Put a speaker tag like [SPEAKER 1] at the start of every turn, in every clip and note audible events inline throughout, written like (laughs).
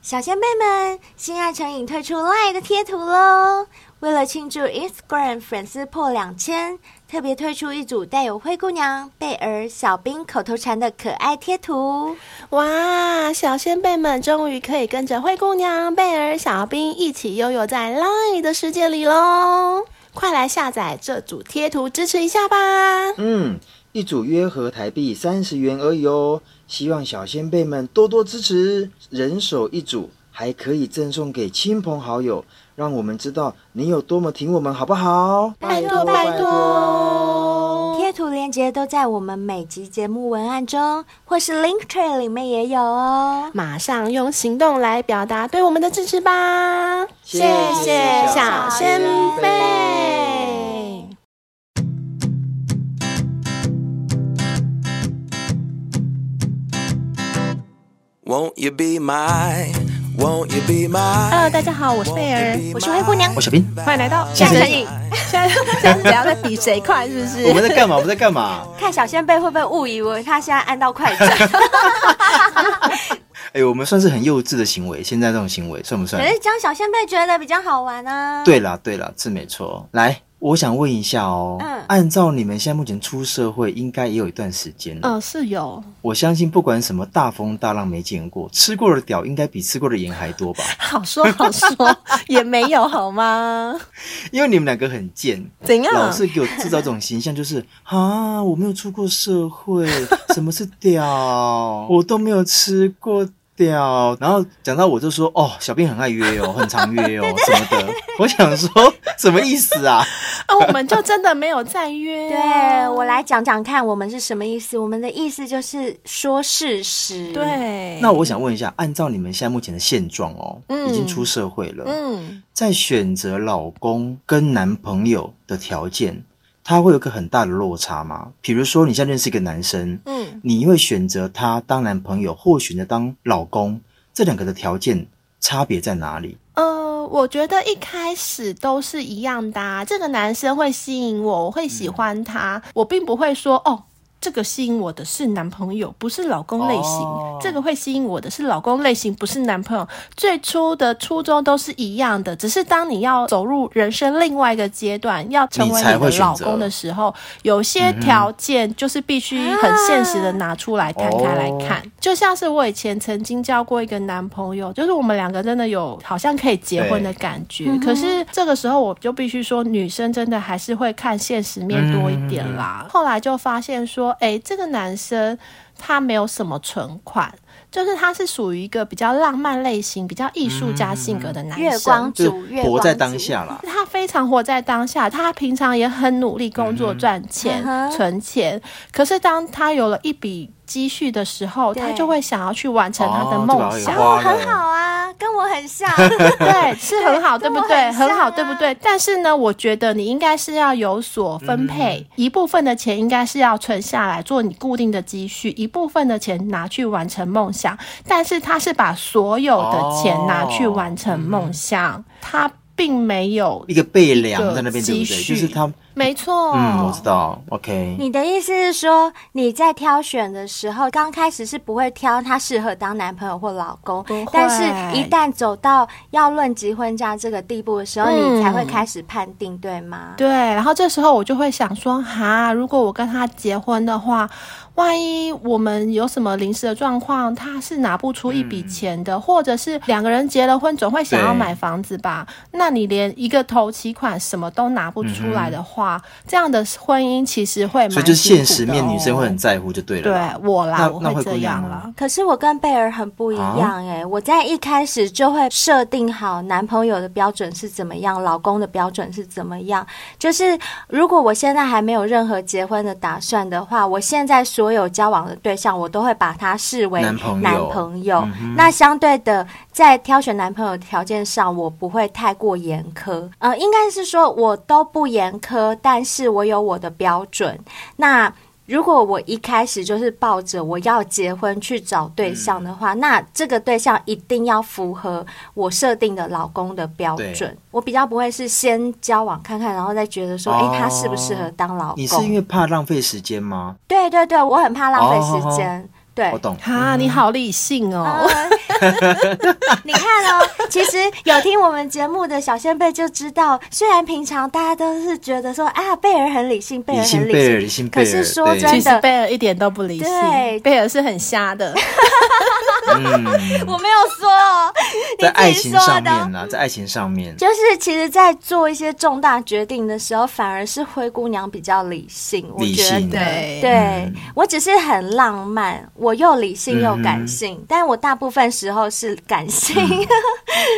[SPEAKER 1] 小先辈们，新爱成瘾推出 LINE 的贴图喽！为了庆祝 Instagram 粉丝破两千，特别推出一组带有灰姑娘、贝尔、小冰口头禅的可爱贴图。
[SPEAKER 2] 哇，小先辈们终于可以跟着灰姑娘、贝尔、小兵一起悠游在 LINE 的世界里喽！快来下载这组贴图支持一下吧！
[SPEAKER 3] 嗯，一组约合台币三十元而已哦。希望小先辈们多多支持，人手一组，还可以赠送给亲朋好友，让我们知道你有多么挺我们，好不好？
[SPEAKER 2] 拜托拜托！
[SPEAKER 1] 贴图链接都在我们每集节目文案中，或是 Linktree 里面也有哦。
[SPEAKER 2] 马上用行动来表达对我们的支持吧！
[SPEAKER 3] 谢谢
[SPEAKER 2] 小先
[SPEAKER 3] 辈
[SPEAKER 2] 辈。
[SPEAKER 4] Won't you be my? Won't you be my?
[SPEAKER 2] Hello，大家好，我是贝儿，
[SPEAKER 1] 我是灰姑娘
[SPEAKER 5] 我小兵，
[SPEAKER 2] 欢迎来到
[SPEAKER 5] 下一
[SPEAKER 2] 成
[SPEAKER 5] 个
[SPEAKER 2] 瘾。现在现在是怎样在比谁快，是不
[SPEAKER 5] 我
[SPEAKER 2] 是？
[SPEAKER 5] 们在干嘛？我们在干嘛？
[SPEAKER 1] 看小先辈会不会误以为他现在按到快转？
[SPEAKER 5] 哎、我们算是很幼稚的行为，现在这种行为算不算
[SPEAKER 1] (laughs)
[SPEAKER 2] 哎
[SPEAKER 1] 可？是讲小先辈觉得比较好玩啊。
[SPEAKER 5] 对啦，对啦，是没错。来，我想问一下哦，
[SPEAKER 1] 嗯
[SPEAKER 5] 按照你们现在目前出社会，应该也有一段时间了。
[SPEAKER 2] 嗯，是有，
[SPEAKER 5] 我相信不管什么大风大浪没见过，吃过的屌应该比吃过的盐还多吧？
[SPEAKER 2] 好说好 (laughs) 说，也没有好吗？
[SPEAKER 5] 因为你们两个很贱，
[SPEAKER 2] 怎样？
[SPEAKER 5] 老是给我制造这种形象，就是啊，我没有出过
[SPEAKER 2] (laughs)
[SPEAKER 5] 社会，什么是屌，我都没有吃过屌。然后讲到我就说，哦，小编很爱约哦，很常约哦，什么的。我想说，什么意思啊？
[SPEAKER 2] 啊，我们就真的没有再约。
[SPEAKER 1] 对我来讲讲看，我们是什么意思？我们的意思就是说事实。，
[SPEAKER 2] 对，
[SPEAKER 5] 嗯那我想问一下，按照你们现在目前的现状哦，
[SPEAKER 2] 嗯
[SPEAKER 5] 已经出社会了，
[SPEAKER 2] 嗯，
[SPEAKER 5] 在选择老公跟男朋友的条件，他会有个很大的落差吗？比如说，你现在认识一个男生，
[SPEAKER 2] 嗯，
[SPEAKER 5] 你会选择他当男朋友或选择当老公，这两个的条件差别在哪里？
[SPEAKER 2] 呃，我觉得一开始都是一样的、啊。这个男生会吸引我，我会喜欢他，
[SPEAKER 5] 嗯
[SPEAKER 2] 我并不会说哦。这个吸引我的是男朋友，不是老公类型。
[SPEAKER 5] 哦
[SPEAKER 2] 这个会吸引我的是老公类型，不是男朋友。最初的初衷都是一样的，只是当你要走入人生另外一个阶段，要成为
[SPEAKER 5] 你才
[SPEAKER 2] 你
[SPEAKER 5] 会
[SPEAKER 2] 的
[SPEAKER 5] 选择嗯
[SPEAKER 2] 老公的时候，有些条件就是必须很现实的拿出来摊开来看。就像是我以前曾经交过一个男朋友，就是我们两个真的有好像可以结婚的感觉，可是这个时候我就必须说，女生真的还是会看现实面多一点啦。后来就发现说，哎、这个男生他没有什么存款。就是他是属于一个比较浪漫类型、比较艺术家性格的男
[SPEAKER 1] 嗯
[SPEAKER 2] 生，
[SPEAKER 1] 月光
[SPEAKER 5] 就是
[SPEAKER 1] 族，月光
[SPEAKER 5] 活在
[SPEAKER 1] 族
[SPEAKER 5] 当。下啦。
[SPEAKER 2] 他非常活在当下，他平常也很努力工作赚钱、
[SPEAKER 1] 嗯哼
[SPEAKER 2] 存钱。可是当他有了一笔积蓄的时候，
[SPEAKER 1] 对
[SPEAKER 2] 他就会想要去完成他的
[SPEAKER 5] 哦
[SPEAKER 2] 梦
[SPEAKER 5] 这
[SPEAKER 2] 想。
[SPEAKER 5] 把我也花
[SPEAKER 1] 很
[SPEAKER 5] 了
[SPEAKER 1] 好啊，跟我很
[SPEAKER 5] (laughs)
[SPEAKER 1] 像。
[SPEAKER 2] 对，是很好，对
[SPEAKER 1] 跟
[SPEAKER 2] 不
[SPEAKER 1] 我
[SPEAKER 2] 对？
[SPEAKER 1] 很
[SPEAKER 2] 很
[SPEAKER 1] 像
[SPEAKER 2] 好，
[SPEAKER 1] 啊
[SPEAKER 2] 对不对？但是呢，我觉得你应该是要有所分
[SPEAKER 5] 嗯
[SPEAKER 2] 配，一部分的钱应该是要存下来做你固定的积蓄，一部分的钱拿去完成梦想。但是他是把所有的钱拿去
[SPEAKER 5] 哦
[SPEAKER 2] 完成梦想，他并没有
[SPEAKER 5] 一个背凉在那边，
[SPEAKER 2] 的
[SPEAKER 5] 对
[SPEAKER 2] 积
[SPEAKER 5] 不对？
[SPEAKER 2] 蓄
[SPEAKER 5] 就是他，
[SPEAKER 2] 没错，
[SPEAKER 5] 嗯，我知。道，OK，
[SPEAKER 1] 哦你的意思是说，你在挑选的时候，刚开始是不会挑他适合当男朋友或老公
[SPEAKER 2] 不会，
[SPEAKER 1] 但是一旦走到要论及婚嫁这个地步的时候，
[SPEAKER 2] 嗯
[SPEAKER 1] 你才会开始判定，对吗？
[SPEAKER 2] 对，然后这时候我就会想说，哈，如果我跟他结婚的话，万一我们有什么临时的状况，他是拿不出一笔钱
[SPEAKER 5] 嗯
[SPEAKER 2] 的，或者是两个人结了婚，总会想要
[SPEAKER 5] 对
[SPEAKER 2] 买房子吧？那你连一个头期款什么都拿不出来的话，这样的婚姻其实会蛮
[SPEAKER 5] 嗯所以就是
[SPEAKER 2] 辛苦
[SPEAKER 5] 现实面
[SPEAKER 2] 的哦
[SPEAKER 5] 女生会很在乎，就对了
[SPEAKER 2] 对
[SPEAKER 5] 啦。
[SPEAKER 2] 我啦，
[SPEAKER 5] 那
[SPEAKER 2] 我
[SPEAKER 5] 那
[SPEAKER 2] 会
[SPEAKER 5] 灰
[SPEAKER 2] 这
[SPEAKER 5] 姑娘
[SPEAKER 2] 样
[SPEAKER 5] 呢
[SPEAKER 2] 啦。
[SPEAKER 1] 可是我跟贝尔很不一
[SPEAKER 5] 啊
[SPEAKER 1] 样哎、我在一开始就会设定好男朋友的标准是怎么样，老公的标准是怎么样。就是如果我现在还没有任何结婚的打算的话，我现在所有交往的对象，我都会把他视为
[SPEAKER 5] 男朋友嗯
[SPEAKER 1] 朋友那相对的，在挑选男朋友的条件上，我不会太过严苛。呃，应该是说我都不严苛，但是我有我的标准。那如果我一开始就是抱着我要结婚去找
[SPEAKER 5] 嗯
[SPEAKER 1] 对象的话，那这个对象一定要符合我设定的老公的标准
[SPEAKER 5] 对。
[SPEAKER 1] 我比较不会是先交往看看，然后再觉得说，哎、
[SPEAKER 5] 哦
[SPEAKER 1] 他适不适合当老公？
[SPEAKER 5] 你是因为怕浪费时间吗？
[SPEAKER 1] 对对对，我很怕浪费时间。对，
[SPEAKER 5] 哦我懂。
[SPEAKER 2] 哈，你好理性哦。
[SPEAKER 1] 呃 (laughs) 你看哦，其实有听我们节目的小先辈就知道，虽然平常大家都是觉得说啊，贝尔很理性，贝尔
[SPEAKER 5] 性
[SPEAKER 1] 很
[SPEAKER 5] 贝尔，
[SPEAKER 1] 理
[SPEAKER 5] 理
[SPEAKER 1] 性，
[SPEAKER 5] 性
[SPEAKER 1] 可
[SPEAKER 5] 贝
[SPEAKER 1] 是
[SPEAKER 5] 尔，
[SPEAKER 1] 说
[SPEAKER 5] 对
[SPEAKER 1] 真
[SPEAKER 2] 其
[SPEAKER 1] 的
[SPEAKER 2] 实贝尔一点都不理
[SPEAKER 1] 对
[SPEAKER 2] 性，贝尔是很瞎的。
[SPEAKER 5] 嗯，
[SPEAKER 1] (laughs) 我没有说哦，你
[SPEAKER 5] 在爱
[SPEAKER 1] 自己
[SPEAKER 5] 情
[SPEAKER 1] 说
[SPEAKER 5] 上
[SPEAKER 1] 的哦
[SPEAKER 5] 面。呢、啊在爱情上面，
[SPEAKER 1] 就是其实，在做一些重大决定的时候，反而是灰姑娘比较理性，我
[SPEAKER 5] 理
[SPEAKER 1] 觉
[SPEAKER 5] 性
[SPEAKER 1] 得。
[SPEAKER 2] 对
[SPEAKER 1] 对、
[SPEAKER 5] 嗯
[SPEAKER 1] 我只是很浪漫，我又理性又感性，
[SPEAKER 5] 嗯
[SPEAKER 1] 但我大部分时候是感性。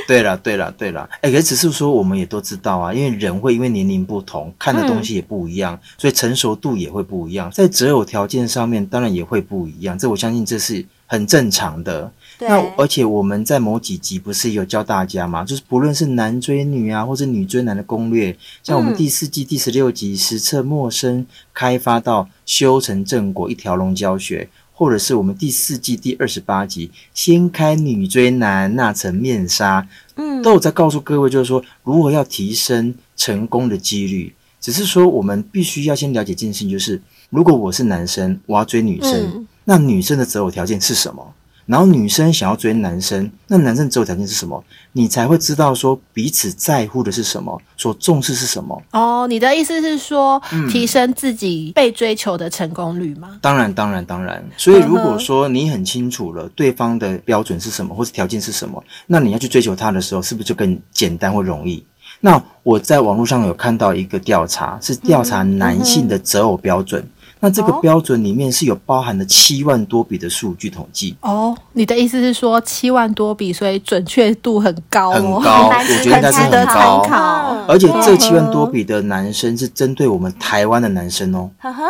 [SPEAKER 5] 对了，对了，对了，哎、可是只是说我们也都知道啊，因为人会因为年龄不同，看的
[SPEAKER 1] 嗯
[SPEAKER 5] 东西也不一样，所以成熟度也会不一样，在择偶条件上面当然也会不一样，这我相信这是很正常的。
[SPEAKER 1] (laughs) 对，
[SPEAKER 5] 那而且我们在某几集不是有教大家嘛，就是不论是男追女啊，或者女追男的攻略，像我们
[SPEAKER 1] 嗯
[SPEAKER 5] 第四季第十六集实测陌生开发到修成正果一条龙教学，或者是我们第四季第二十八集掀开女追男那层面纱，
[SPEAKER 1] 嗯，
[SPEAKER 5] 都有在告诉各位，就是说如何要提升成功的几率。只是说我们必须要先了解一件事情，就是如果我是男生，我要追女生，
[SPEAKER 2] 嗯
[SPEAKER 5] 那女生的择偶条件是什么？然后女生想要追男生，那男生择偶条件是什么？你才会知道说彼此在乎的是什么，所重视是什么。
[SPEAKER 2] 哦，你的意思是说
[SPEAKER 5] 嗯
[SPEAKER 2] 提升自己被追求的成功率吗？
[SPEAKER 5] 当然，当然，当然。所以，如
[SPEAKER 2] 嗯
[SPEAKER 5] 果
[SPEAKER 2] 哼
[SPEAKER 5] 说你很清楚了对方的标准是什么，或是条件是什么，那你要去追求他的时候，是不是就更简单或容易？那我在网络上有看到一个调查，是调查男性的择偶标准。那这个
[SPEAKER 1] 哦
[SPEAKER 5] 标准里面是有包含了七万多笔的数据统计，
[SPEAKER 2] 哦，你的意思是说七万多笔，所以准确度很高
[SPEAKER 5] 很
[SPEAKER 2] 哦。
[SPEAKER 5] 高，
[SPEAKER 1] 嗯蛮
[SPEAKER 5] 我
[SPEAKER 1] 值
[SPEAKER 5] 觉得应该是
[SPEAKER 1] 得
[SPEAKER 5] 很
[SPEAKER 2] 参
[SPEAKER 5] 高。
[SPEAKER 2] 考
[SPEAKER 1] 嗯
[SPEAKER 5] 而且这
[SPEAKER 2] 对
[SPEAKER 5] 七万多笔的男生是针对我们台湾的男生哦，
[SPEAKER 1] 呵呵，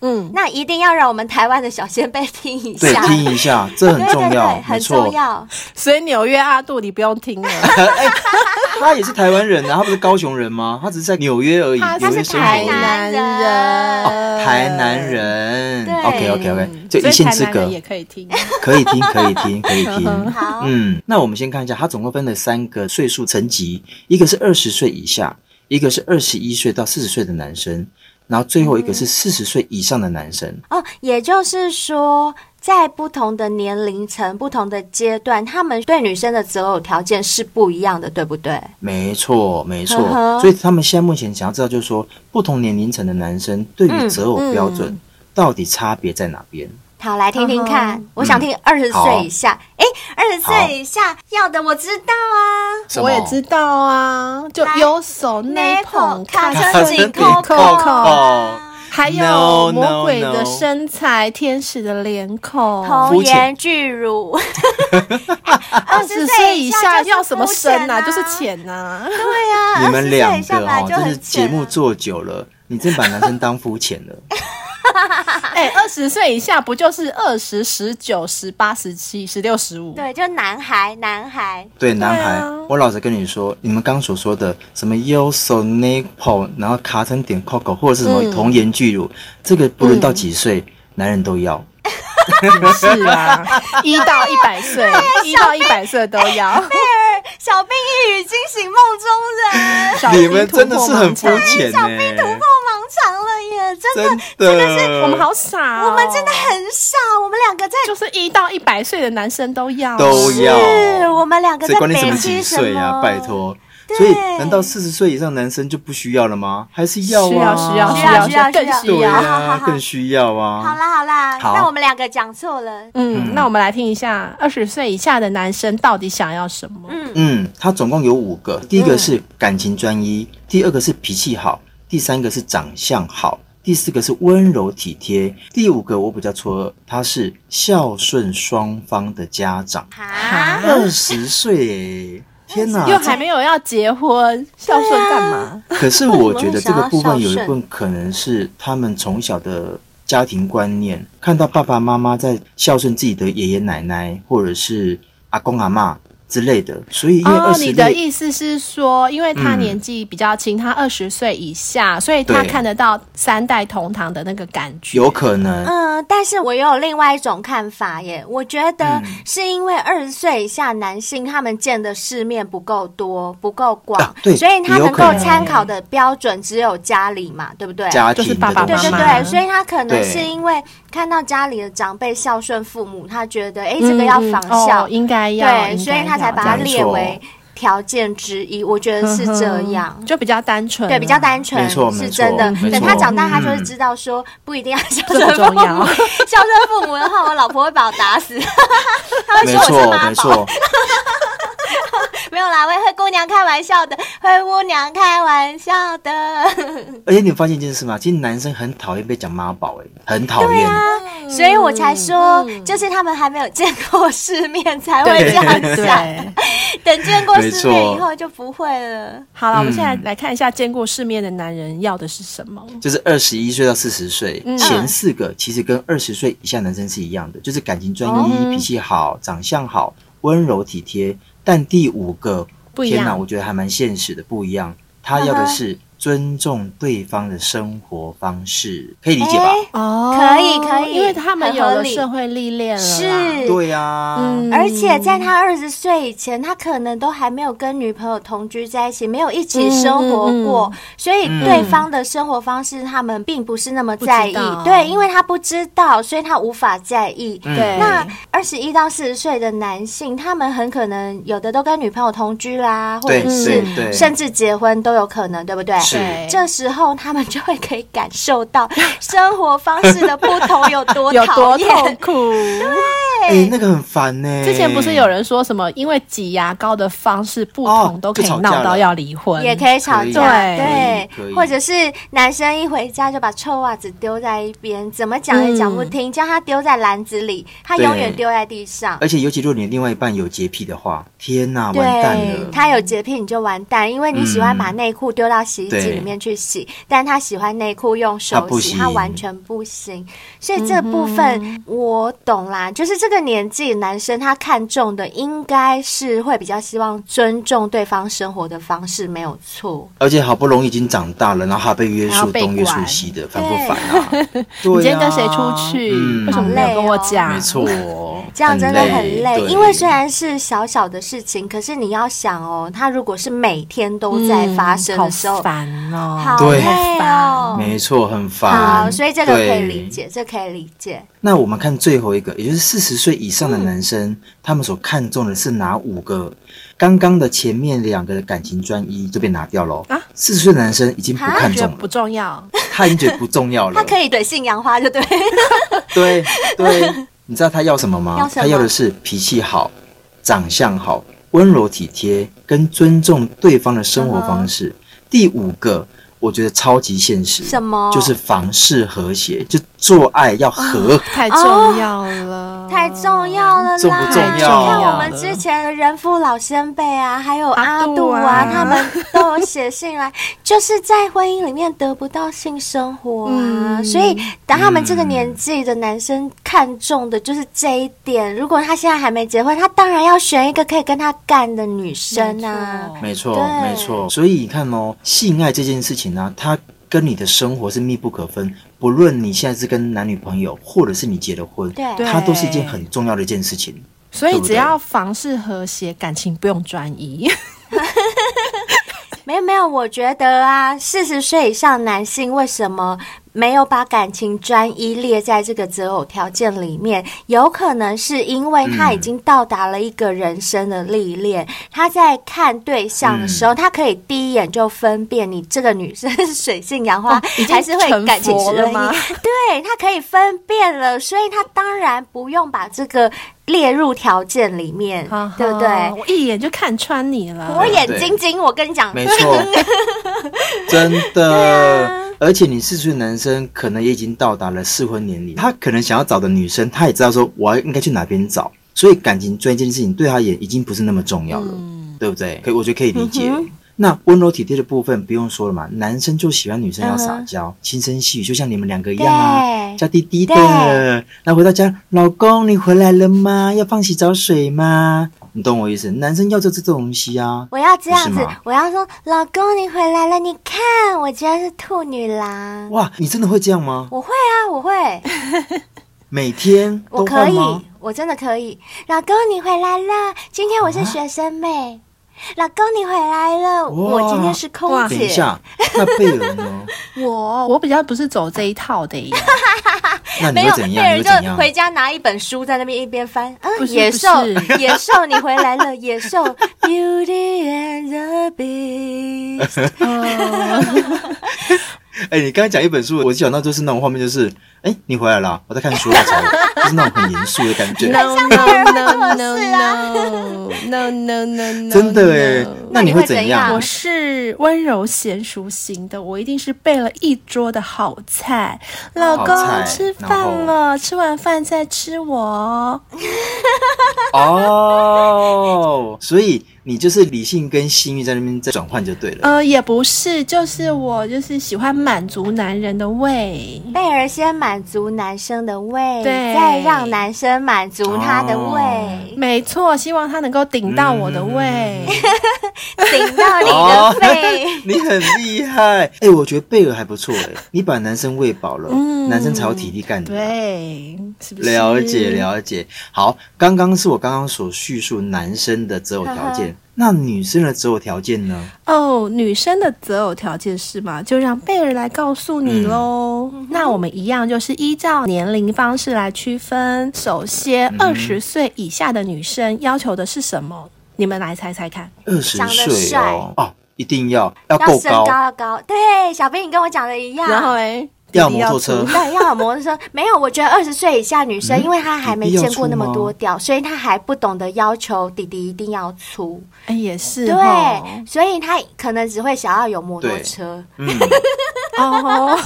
[SPEAKER 2] 嗯，
[SPEAKER 1] 那一定要让我们台湾的小先辈听一
[SPEAKER 5] 对
[SPEAKER 1] 下，，
[SPEAKER 5] 听一下，这很
[SPEAKER 1] (laughs) 对
[SPEAKER 5] 重
[SPEAKER 1] 对
[SPEAKER 5] 要
[SPEAKER 1] 对，
[SPEAKER 5] 没
[SPEAKER 1] 很
[SPEAKER 5] 错
[SPEAKER 1] 重。要。
[SPEAKER 2] (laughs) 所以纽约阿杜你不用
[SPEAKER 5] (laughs)
[SPEAKER 2] 听了，
[SPEAKER 5] 他也是台湾人啊，他不是高雄人吗？他只是在纽约而已，
[SPEAKER 2] 他
[SPEAKER 5] 纽
[SPEAKER 1] 是
[SPEAKER 5] 约生活
[SPEAKER 1] 台
[SPEAKER 5] 而已。
[SPEAKER 1] 南人
[SPEAKER 5] 哦，台南人
[SPEAKER 1] 对
[SPEAKER 5] ，OK OK OK，就
[SPEAKER 2] 呃嗯所以
[SPEAKER 5] 一线
[SPEAKER 2] 台
[SPEAKER 5] 之
[SPEAKER 2] 南
[SPEAKER 5] 隔
[SPEAKER 2] 人，也可以听。
[SPEAKER 5] 可以听，可以听，可以听。
[SPEAKER 1] 好，
[SPEAKER 5] 嗯，那我们先看一下，它总共分了三个岁数层级，一个是二十岁以下，一个是二十一岁到四十岁的男生，然后最后一个
[SPEAKER 2] 嗯
[SPEAKER 5] 是四十岁以上的男生。
[SPEAKER 1] 哦，也就是说，在不同的年龄层、不同的阶段，他们对女生的择偶条件是不一样的，对不对？
[SPEAKER 5] 没错，没错
[SPEAKER 2] 嗯
[SPEAKER 1] 呵。呵
[SPEAKER 5] 所以他们现在目前想要知道，就是说不同年龄层的男生对于择偶标
[SPEAKER 2] 嗯
[SPEAKER 5] 准到底差别在哪边？
[SPEAKER 1] 好，来听听看，
[SPEAKER 2] 嗯
[SPEAKER 1] 我想听二十
[SPEAKER 5] 好
[SPEAKER 1] 岁以下。诶，二十
[SPEAKER 5] 好
[SPEAKER 1] 岁以下要的我知道啊，
[SPEAKER 5] 什么
[SPEAKER 2] 我也知道啊，就右手内捧
[SPEAKER 1] 卡
[SPEAKER 5] (laughs)
[SPEAKER 2] 看
[SPEAKER 1] 车紧扣扣
[SPEAKER 2] 扣，
[SPEAKER 5] 哦，
[SPEAKER 2] 还
[SPEAKER 5] No, no,
[SPEAKER 2] 有魔鬼
[SPEAKER 5] no
[SPEAKER 2] 的身材，天使的脸孔。
[SPEAKER 1] 童
[SPEAKER 5] 肤浅
[SPEAKER 1] 颜巨
[SPEAKER 2] (laughs)
[SPEAKER 1] 乳。
[SPEAKER 2] 哦二十岁以下
[SPEAKER 1] 就是
[SPEAKER 2] 要什么深啊？
[SPEAKER 1] 肤
[SPEAKER 2] 就
[SPEAKER 1] 浅啊
[SPEAKER 2] 是浅呐。
[SPEAKER 1] 对啊，
[SPEAKER 5] (laughs) 你们两
[SPEAKER 1] 20岁以下本
[SPEAKER 5] 个
[SPEAKER 1] 来
[SPEAKER 5] 哦，
[SPEAKER 1] 就
[SPEAKER 5] 真是
[SPEAKER 1] 很
[SPEAKER 5] 节
[SPEAKER 1] 浅
[SPEAKER 5] 目
[SPEAKER 1] 啊。
[SPEAKER 5] 做久了，你真把男生当肤浅了。
[SPEAKER 2] (laughs) 哎，二十岁以下不就是二十、十九、十八、十七、十六、十五？
[SPEAKER 1] 对，就男孩，男孩，
[SPEAKER 5] 对，男孩，
[SPEAKER 2] 啊
[SPEAKER 5] 我老实跟你说，你们刚所说的什么 u s o n a p o 然后卡成点 coco，或者是什么
[SPEAKER 2] 嗯
[SPEAKER 5] 童颜巨乳，这个不论到几岁，男人都要。
[SPEAKER 2] 是啊，
[SPEAKER 1] (laughs)
[SPEAKER 2] 一到一百岁，
[SPEAKER 1] 啊
[SPEAKER 2] 一到一百岁都要。
[SPEAKER 1] 哎小兵一语惊醒梦中人， (laughs)
[SPEAKER 2] 小
[SPEAKER 5] 你
[SPEAKER 2] 心
[SPEAKER 5] 们
[SPEAKER 2] 突
[SPEAKER 5] 真的
[SPEAKER 2] 破
[SPEAKER 5] 是很
[SPEAKER 2] 盲
[SPEAKER 5] 肤
[SPEAKER 2] 肠
[SPEAKER 5] 浅呢、
[SPEAKER 1] 突破盲肠了耶！真的
[SPEAKER 5] 真的，
[SPEAKER 2] 我们好傻哦，
[SPEAKER 1] 我们真的很傻，我们两个在
[SPEAKER 2] 就是一到一百岁的男生都要
[SPEAKER 5] 都要
[SPEAKER 1] 是我们两个
[SPEAKER 5] 谁
[SPEAKER 1] 在
[SPEAKER 5] 管你什
[SPEAKER 1] 北
[SPEAKER 5] 么
[SPEAKER 1] 区
[SPEAKER 5] 几
[SPEAKER 1] 什
[SPEAKER 5] 岁啊？
[SPEAKER 1] 么？
[SPEAKER 5] 拜，托。
[SPEAKER 1] 对
[SPEAKER 5] 所以，难道四十岁以上男生就不需要了吗？还是要
[SPEAKER 2] 需要
[SPEAKER 5] 啊？
[SPEAKER 2] 需要
[SPEAKER 1] 需要需要
[SPEAKER 2] 更
[SPEAKER 1] 需
[SPEAKER 2] 需
[SPEAKER 5] 对
[SPEAKER 1] 要
[SPEAKER 2] 要。
[SPEAKER 1] 好好
[SPEAKER 5] 啊，
[SPEAKER 1] 好
[SPEAKER 5] 更需要啊。
[SPEAKER 1] 好啦好啦，
[SPEAKER 5] 好
[SPEAKER 1] 那我们两个讲错了。
[SPEAKER 2] 嗯，那我们来听一下二十岁以下的男生到底想要什么？
[SPEAKER 5] 嗯，它总共有五个，第一个是感情专一，第二个是脾气好，第三个是长相好，第四个是温柔体贴，第五个我比较错愕，他是孝顺双方的家长。
[SPEAKER 1] 啊，
[SPEAKER 5] 二十岁耶，天哪！
[SPEAKER 2] 又还没有要结婚，孝顺干嘛？
[SPEAKER 5] 可是我觉得这个部分有一
[SPEAKER 1] 为什么会想要孝
[SPEAKER 5] 部分可能是他们从小的家庭观念，看到爸爸妈妈在孝顺自己的爷爷奶奶或者是阿公阿嬷，之类的。所以因为二
[SPEAKER 2] 哦，
[SPEAKER 5] 十
[SPEAKER 2] 你
[SPEAKER 5] 六嗯
[SPEAKER 2] 的，意思是说，因为他年纪比较轻，他二十岁以下，所以他
[SPEAKER 5] 对
[SPEAKER 2] 看得到三代同堂的那个感觉。
[SPEAKER 5] 有可能
[SPEAKER 1] 嗯、但是我也有另外一种看法耶，我觉得
[SPEAKER 5] 嗯
[SPEAKER 1] 是因为二十岁以下男性他们见的世面不够多、不够广，
[SPEAKER 5] 啊对
[SPEAKER 1] 所以他
[SPEAKER 5] 也有
[SPEAKER 1] 能
[SPEAKER 5] 可
[SPEAKER 1] 够
[SPEAKER 5] 能
[SPEAKER 1] 参考的标准只有家里嘛，对不对？
[SPEAKER 5] 家庭
[SPEAKER 2] 就是爸爸
[SPEAKER 1] 对
[SPEAKER 5] 的
[SPEAKER 1] 对
[SPEAKER 5] 东西
[SPEAKER 2] 妈妈嗯
[SPEAKER 1] 对，所以他可能
[SPEAKER 5] 对
[SPEAKER 1] 是因为看到家里的长辈孝顺父母，他觉得哎、诶这个要仿
[SPEAKER 2] 嗯
[SPEAKER 1] 效，
[SPEAKER 2] 哦应该要，
[SPEAKER 1] 对，
[SPEAKER 2] 应该
[SPEAKER 1] 所以他才
[SPEAKER 2] 要
[SPEAKER 1] 把
[SPEAKER 2] 这
[SPEAKER 1] 它
[SPEAKER 2] 样嗯
[SPEAKER 5] 没
[SPEAKER 1] 列
[SPEAKER 5] 错
[SPEAKER 1] 为条件之一。我觉得是这样。
[SPEAKER 2] 就比较单纯啊，
[SPEAKER 1] 对，比较单纯
[SPEAKER 5] 没错，
[SPEAKER 1] 是
[SPEAKER 5] 没
[SPEAKER 1] 真
[SPEAKER 5] 错
[SPEAKER 1] 的。
[SPEAKER 5] 没
[SPEAKER 1] 等他
[SPEAKER 5] 错
[SPEAKER 1] 长大，他就会
[SPEAKER 5] 嗯
[SPEAKER 1] 知道说，不一定要孝
[SPEAKER 2] 这
[SPEAKER 1] 顺
[SPEAKER 2] 不
[SPEAKER 1] 父
[SPEAKER 2] 重
[SPEAKER 1] 母。
[SPEAKER 2] 要
[SPEAKER 1] 孝顺父母的话，我老婆会把我打死。他会
[SPEAKER 5] 没
[SPEAKER 1] 说我是
[SPEAKER 5] 错，
[SPEAKER 1] 妈
[SPEAKER 5] 没
[SPEAKER 1] 宝
[SPEAKER 5] 错。，
[SPEAKER 1] 没有啦，灰灰姑娘开玩笑的，灰姑娘开玩笑的。
[SPEAKER 5] 而且你有发现一件事吗？其实男生很讨厌被讲妈宝，哎，很讨厌。
[SPEAKER 1] 啊
[SPEAKER 2] 嗯
[SPEAKER 1] 所以我才说，就是他们还没有见过世面，才会这样
[SPEAKER 2] 对
[SPEAKER 1] 想。
[SPEAKER 2] 对。
[SPEAKER 1] 等见过
[SPEAKER 5] 没
[SPEAKER 1] 世面以
[SPEAKER 5] 错
[SPEAKER 1] 后就不会了。
[SPEAKER 2] 好了，我们
[SPEAKER 5] 嗯
[SPEAKER 2] 现在来看一下见过世面的男人要的是什么。
[SPEAKER 5] 就是二十一岁到四十岁
[SPEAKER 1] 嗯
[SPEAKER 5] 前四个，其实跟二十岁以下男生是一样的，就是感情专
[SPEAKER 1] 哦
[SPEAKER 5] 一、脾气好、长相好、温柔体贴。但第五个，
[SPEAKER 2] 不一样
[SPEAKER 5] 天哪，我觉得还蛮现实的，不一样。他要的
[SPEAKER 1] 嗯
[SPEAKER 5] 是尊重对方的生活方式，可以理解吧？
[SPEAKER 1] 哎
[SPEAKER 2] 哦
[SPEAKER 1] 可以可以
[SPEAKER 2] 因为他们有
[SPEAKER 1] 很合
[SPEAKER 2] 了
[SPEAKER 1] 理
[SPEAKER 2] 社会历练了啦，嗯
[SPEAKER 1] 是，
[SPEAKER 5] 对呀、啊，
[SPEAKER 1] 而且在他二十岁以前，他可能都还没有跟女朋友同居在一起，没有一起
[SPEAKER 2] 嗯
[SPEAKER 1] 生活过，所以
[SPEAKER 5] 嗯
[SPEAKER 1] 对方的生活方式他们并不是那么在意
[SPEAKER 2] 不知道。
[SPEAKER 1] 对，因为他不知道，所以他无法在意。
[SPEAKER 5] 嗯
[SPEAKER 2] 对，
[SPEAKER 1] 那二十一到四十岁的男性，他们很可能有的都跟女朋友同居啦，或
[SPEAKER 5] 对
[SPEAKER 1] 者是
[SPEAKER 5] 对对，
[SPEAKER 1] 甚至结婚都有可能，对不对？
[SPEAKER 5] 是
[SPEAKER 2] 对
[SPEAKER 1] 这时候他们就会可以感受到生活方式的不同有多
[SPEAKER 2] (laughs) 有
[SPEAKER 1] 讨
[SPEAKER 2] 多
[SPEAKER 1] 厌。
[SPEAKER 2] 痛苦？
[SPEAKER 5] 哎、那个很烦呢、
[SPEAKER 2] 之前不是有人说什么，因为挤牙膏的方式不同，
[SPEAKER 5] 嗯哦
[SPEAKER 2] 都可以
[SPEAKER 5] 就吵架
[SPEAKER 2] 闹到
[SPEAKER 5] 了
[SPEAKER 2] 要离婚，
[SPEAKER 1] 也可以吵
[SPEAKER 5] 可以
[SPEAKER 1] 架，
[SPEAKER 5] 对可以可以
[SPEAKER 1] 或者是男生一回家就把臭袜子丢在一边，怎么讲也讲不听，叫他丢在篮子里，他
[SPEAKER 5] 嗯对
[SPEAKER 1] 永远丢在地上。
[SPEAKER 5] 而且尤其如果你另外一半有洁癖的话，天哪，完蛋
[SPEAKER 1] 对
[SPEAKER 5] 了。嗯
[SPEAKER 1] 他有洁癖，你就完蛋，因为你喜欢把内裤丢到洗衣机
[SPEAKER 5] 对
[SPEAKER 1] 里面去洗，但他喜欢内裤用
[SPEAKER 5] 他
[SPEAKER 1] 手
[SPEAKER 5] 不
[SPEAKER 1] 洗，
[SPEAKER 5] 行
[SPEAKER 1] 他完全不行。所以这部分我懂啦，
[SPEAKER 5] 嗯
[SPEAKER 1] 就是这个年纪男生他看重的应该是会比较希望尊重对方生活的方式，没有错。
[SPEAKER 5] 而且好不容易已经长大了，然后还被约
[SPEAKER 2] 还要
[SPEAKER 5] 束
[SPEAKER 2] 被
[SPEAKER 5] 东约束
[SPEAKER 2] 管
[SPEAKER 5] 西的，烦不烦
[SPEAKER 1] (laughs)
[SPEAKER 5] 啊？对啊
[SPEAKER 2] 你今天跟谁出去？
[SPEAKER 5] 嗯
[SPEAKER 2] 为什么没有跟我讲？
[SPEAKER 5] 没错，
[SPEAKER 1] 啊 (laughs) 这样真的很累，
[SPEAKER 5] 嗯对
[SPEAKER 1] 因为虽然是小小的事情，可是你要想哦，它如果是每天都在发生的时候，
[SPEAKER 2] 好烦哦，
[SPEAKER 1] 好
[SPEAKER 5] 对
[SPEAKER 1] 累哦。
[SPEAKER 5] 没错，很
[SPEAKER 1] 好，
[SPEAKER 5] 烦。
[SPEAKER 1] 所以这个可以理
[SPEAKER 5] 对。
[SPEAKER 1] 解，这可以理解。
[SPEAKER 5] 那我们看最后一个，也就是四十岁以上的
[SPEAKER 1] 嗯
[SPEAKER 5] 男生，他们所看重的是哪五个？刚刚的前面两个的感情专一就被拿掉了哦
[SPEAKER 2] 啊
[SPEAKER 5] 四十岁的男生已经不
[SPEAKER 1] 啊
[SPEAKER 5] 看
[SPEAKER 2] 觉得
[SPEAKER 5] 重
[SPEAKER 2] 不
[SPEAKER 5] 了，
[SPEAKER 2] 重
[SPEAKER 1] 哦
[SPEAKER 2] 要。
[SPEAKER 5] 他已经觉得不重要了。
[SPEAKER 1] (laughs) 他可以怼信杨花，就
[SPEAKER 5] (laughs)
[SPEAKER 1] 对。
[SPEAKER 5] 对对，你知道他要什么吗？
[SPEAKER 1] 要什么
[SPEAKER 5] 他要的是脾气好、长相好、温柔体贴，跟尊重对方的生活方式。第五个，我觉得超级现实，
[SPEAKER 1] 嗯什么
[SPEAKER 5] 就是房事和谐，就做爱要和。
[SPEAKER 1] 啊
[SPEAKER 2] 太重要了，
[SPEAKER 1] 太重要了啦！
[SPEAKER 5] 重不
[SPEAKER 2] 重要
[SPEAKER 1] 你看我们之前的人夫老先辈啊，还有阿杜啊，
[SPEAKER 2] 阿杜啊
[SPEAKER 1] 他们都有写信来，就是在婚姻里面得不到性生活啊，
[SPEAKER 2] 嗯
[SPEAKER 1] 所以当他们这个年纪的男生看重的就是这一点。如果他现在还没结婚，他当然要选一个可以跟他干的女生啊。
[SPEAKER 2] 没错
[SPEAKER 5] 没错，
[SPEAKER 1] 对
[SPEAKER 5] 没错。所以你看哦，性爱这件事情呢、它跟你的生活是密不可分。不论你现在是跟男女朋友，或者是你结了婚，
[SPEAKER 1] 对
[SPEAKER 5] 它都是一件很重要的一件事情。
[SPEAKER 2] 所以
[SPEAKER 5] 对不
[SPEAKER 2] 只
[SPEAKER 5] 对
[SPEAKER 2] 要房事和谐，感情不用专一。
[SPEAKER 1] 没有没有，我觉得啊，四十岁以上男性为什么没有把感情专一列在这个择偶条件里面？有可能是因为他已经到达了一个人生的历练，他在看对象的时候，他可以第一眼就分辨你这个女生是水性杨花、
[SPEAKER 2] 已经
[SPEAKER 1] 还是会感情
[SPEAKER 2] 成佛
[SPEAKER 1] 十
[SPEAKER 2] 了
[SPEAKER 1] 二一？
[SPEAKER 2] 吗
[SPEAKER 1] 对他可以分辨了，所以他当然不用把这个列入条件里面，
[SPEAKER 2] (laughs)
[SPEAKER 1] 对不对？
[SPEAKER 2] 啊我一眼就看穿你了。
[SPEAKER 1] 我眼睛睛，我跟你讲，
[SPEAKER 5] 没错，真的。而且你四十岁的男生可能也已经到达了适婚年龄，他可能想要找的女生，他也知道说我要应该去哪边找，
[SPEAKER 2] 嗯
[SPEAKER 5] 所以感情专一这件事情对他也已经不是那么重要了，对不对？可以，我觉得可以理解。那温柔体贴的部分不用说了嘛，男生就喜欢女生要撒娇、轻声细语，就像你们两个一样啊，
[SPEAKER 1] 对
[SPEAKER 5] 娇滴滴的
[SPEAKER 1] 对。
[SPEAKER 5] 那回到家，老公你回来了吗？要放洗澡水吗？你懂我意思，男生要就是这种东西啊。
[SPEAKER 1] 我要这样
[SPEAKER 5] 不是
[SPEAKER 1] 子
[SPEAKER 5] 吗，
[SPEAKER 1] 我要说老公你回来了，你看我居然是兔女郎。
[SPEAKER 5] 哇，你真的会这样吗？
[SPEAKER 1] 我会啊，我
[SPEAKER 5] (laughs)
[SPEAKER 1] 会，
[SPEAKER 5] 每天
[SPEAKER 1] 我
[SPEAKER 5] 都
[SPEAKER 1] 可
[SPEAKER 5] 会
[SPEAKER 1] 以
[SPEAKER 5] 吗？，
[SPEAKER 1] 我真的可以。老公你回来了，今天我是学生妹。老公你回来了，我今天是空
[SPEAKER 2] 哇
[SPEAKER 1] 姐。
[SPEAKER 5] 等一下，那贝尔呢？
[SPEAKER 2] 我我比较不是走这一套的耶，
[SPEAKER 5] 那你
[SPEAKER 1] 没
[SPEAKER 5] 会
[SPEAKER 1] 有，
[SPEAKER 5] 怎
[SPEAKER 1] 贝
[SPEAKER 5] 样？你
[SPEAKER 1] 尔
[SPEAKER 5] 会怎
[SPEAKER 1] 就
[SPEAKER 5] 样？
[SPEAKER 1] 回家拿一本书在那边一边翻，
[SPEAKER 2] 不
[SPEAKER 1] 嗯，
[SPEAKER 2] 是
[SPEAKER 1] 野
[SPEAKER 2] 不
[SPEAKER 1] 兽
[SPEAKER 2] 是，
[SPEAKER 1] 野兽，你回来了，野兽，Beauty and the Beast，
[SPEAKER 5] 哎、你刚才讲一本书，我想到就是那种画面，就是哎、你回来了，我在看书，我吵我，就是那种很严肃的感 (laughs) 觉。
[SPEAKER 2] no no no no no no no no，no，
[SPEAKER 5] 真的哎、
[SPEAKER 2] no
[SPEAKER 5] 那你会怎
[SPEAKER 1] 那
[SPEAKER 5] 样
[SPEAKER 2] 我？是温柔娴熟型的，我一定是备了一桌的好菜。老公
[SPEAKER 5] 好菜
[SPEAKER 2] 吃饭了，吃完饭再吃我哦。
[SPEAKER 5] 哦，所以你就是理性跟性欲在那边在转换就对了。
[SPEAKER 2] 呃，也不是，就是我就是喜欢满足男人的胃。
[SPEAKER 1] 贝尔先满足男生的胃，
[SPEAKER 2] 对
[SPEAKER 1] 再让男生满足他的胃，
[SPEAKER 2] 没错，希望他能够顶到我的
[SPEAKER 5] 嗯
[SPEAKER 2] 胃。哦
[SPEAKER 1] 顶到你的
[SPEAKER 5] 哦
[SPEAKER 1] 肺。
[SPEAKER 5] 你很厉害，哎、我觉得贝尔还不错哎、你把男生喂饱了，
[SPEAKER 2] 嗯
[SPEAKER 5] 男生才有体力干的。啊
[SPEAKER 2] 对，是不是？
[SPEAKER 5] 了解了解，好，刚刚是我刚刚所叙述男生的择偶条件，那女生的择偶条件呢？
[SPEAKER 2] 哦，女生的择偶条件是吗？就让贝尔来告诉
[SPEAKER 5] 嗯
[SPEAKER 2] 你喽。那我们一样就是依照年龄方式来区分。首先，
[SPEAKER 5] 嗯
[SPEAKER 2] 二十岁以下的女生要求的是什么？你们来猜猜看。
[SPEAKER 5] 二十
[SPEAKER 1] 长得
[SPEAKER 5] 岁
[SPEAKER 1] 帅
[SPEAKER 5] 哦，哦，一定要 (laughs) 要
[SPEAKER 1] 要
[SPEAKER 5] 够
[SPEAKER 1] 身高要高，对，小兵你跟我讲的一样。
[SPEAKER 2] 然后嘞，
[SPEAKER 5] 要
[SPEAKER 2] 弟弟
[SPEAKER 5] 摩托车
[SPEAKER 2] 出
[SPEAKER 1] 对，要有摩托车。没有，我觉得二十岁以下女生，因为她还没
[SPEAKER 5] 嗯弟弟要
[SPEAKER 1] 见过那么
[SPEAKER 5] 粗吗
[SPEAKER 1] 多屌，所以她还不懂得要求弟弟一定要粗。
[SPEAKER 2] 哎，也是哦 (laughs)
[SPEAKER 1] 对，所以她可能只会想要有摩托
[SPEAKER 5] 对
[SPEAKER 1] 车。
[SPEAKER 5] 嗯，
[SPEAKER 2] 哦，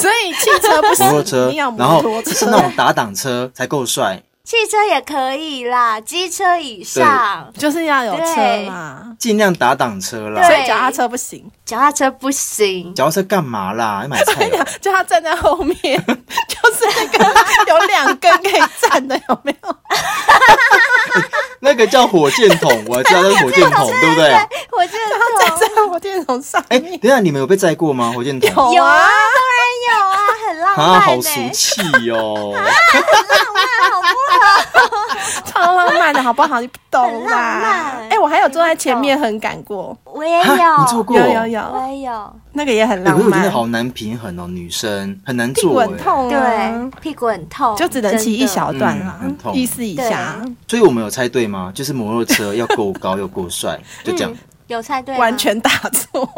[SPEAKER 2] 所以汽车不
[SPEAKER 5] 摩托
[SPEAKER 2] 行，
[SPEAKER 5] 车
[SPEAKER 2] 一定要，
[SPEAKER 5] 然
[SPEAKER 2] 摩
[SPEAKER 5] 后
[SPEAKER 2] 托
[SPEAKER 5] 是
[SPEAKER 2] 车。
[SPEAKER 5] 那种打挡车才够帅。
[SPEAKER 1] 汽车也可以啦，机车以上，
[SPEAKER 2] 就是要有车
[SPEAKER 1] 对
[SPEAKER 2] 嘛，
[SPEAKER 5] 尽量打挡车啦
[SPEAKER 1] 对。
[SPEAKER 2] 所以脚踏车不行，
[SPEAKER 1] 脚踏车不行。
[SPEAKER 5] 脚踏车干嘛啦？要买菜哦、
[SPEAKER 2] 哎就他站在后面， (laughs) 就是那个有两根可以站的，有没有？
[SPEAKER 5] 那个叫火箭筒，我知道那是火箭筒，对不对？
[SPEAKER 1] (laughs) 我觉得
[SPEAKER 2] 他站在我电筒上
[SPEAKER 5] 哎、
[SPEAKER 2] 面。
[SPEAKER 5] 等一下你们有被载过吗？火箭筒
[SPEAKER 2] 有
[SPEAKER 1] 有啊，当然有啊，很浪
[SPEAKER 5] 啊，
[SPEAKER 1] 漫
[SPEAKER 5] 好
[SPEAKER 1] 呢、 (laughs)
[SPEAKER 5] 俗气哦、啊
[SPEAKER 2] 超浪漫的好不好？你不懂
[SPEAKER 1] 很浪
[SPEAKER 2] 啦
[SPEAKER 1] 漫。
[SPEAKER 2] 哎、我还有坐在前面很赶过，
[SPEAKER 1] 我也
[SPEAKER 5] 哈，你坐
[SPEAKER 1] 有，
[SPEAKER 5] 过？
[SPEAKER 2] 有有
[SPEAKER 5] 哎
[SPEAKER 1] 我
[SPEAKER 2] 有，
[SPEAKER 1] 也有，
[SPEAKER 2] 那个也很
[SPEAKER 5] 可
[SPEAKER 2] 浪
[SPEAKER 5] 是我觉
[SPEAKER 2] 漫。
[SPEAKER 5] 得好难平衡哦、女生很难
[SPEAKER 2] 屁股
[SPEAKER 5] 做、
[SPEAKER 2] 很
[SPEAKER 5] 哎，
[SPEAKER 2] 痛啊，
[SPEAKER 1] 对，屁股很痛，
[SPEAKER 2] 就只能骑一
[SPEAKER 1] 真的
[SPEAKER 2] 小段啦
[SPEAKER 5] 嗯很，痛
[SPEAKER 2] 意思一下，
[SPEAKER 5] 所以我们有猜对吗？就是摩托车要够高又
[SPEAKER 2] (laughs)
[SPEAKER 5] 够帅，就这样。
[SPEAKER 1] 嗯
[SPEAKER 2] 嗯
[SPEAKER 1] 有猜
[SPEAKER 5] 啊
[SPEAKER 1] 对吗，
[SPEAKER 2] 完全打
[SPEAKER 5] (laughs)
[SPEAKER 2] 错，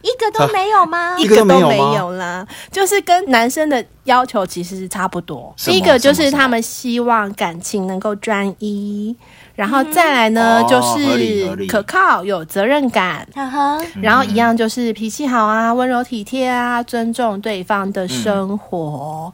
[SPEAKER 1] 一个都没有吗？
[SPEAKER 5] 一
[SPEAKER 2] 一
[SPEAKER 5] 个
[SPEAKER 2] 个
[SPEAKER 5] 都
[SPEAKER 2] 都
[SPEAKER 5] 没有吗
[SPEAKER 2] 没有啦。就是跟男生的要求其实是差不多。
[SPEAKER 5] 什么
[SPEAKER 2] 第一个就是
[SPEAKER 5] 什么
[SPEAKER 2] 他们希望感情能够专一，然后再来呢
[SPEAKER 5] 哦
[SPEAKER 2] 就
[SPEAKER 5] 合理合理
[SPEAKER 2] 是可靠、有责任感，
[SPEAKER 1] 哈哈，
[SPEAKER 2] 然后一样就是脾气好啊，温柔体贴啊，尊重对方的生活。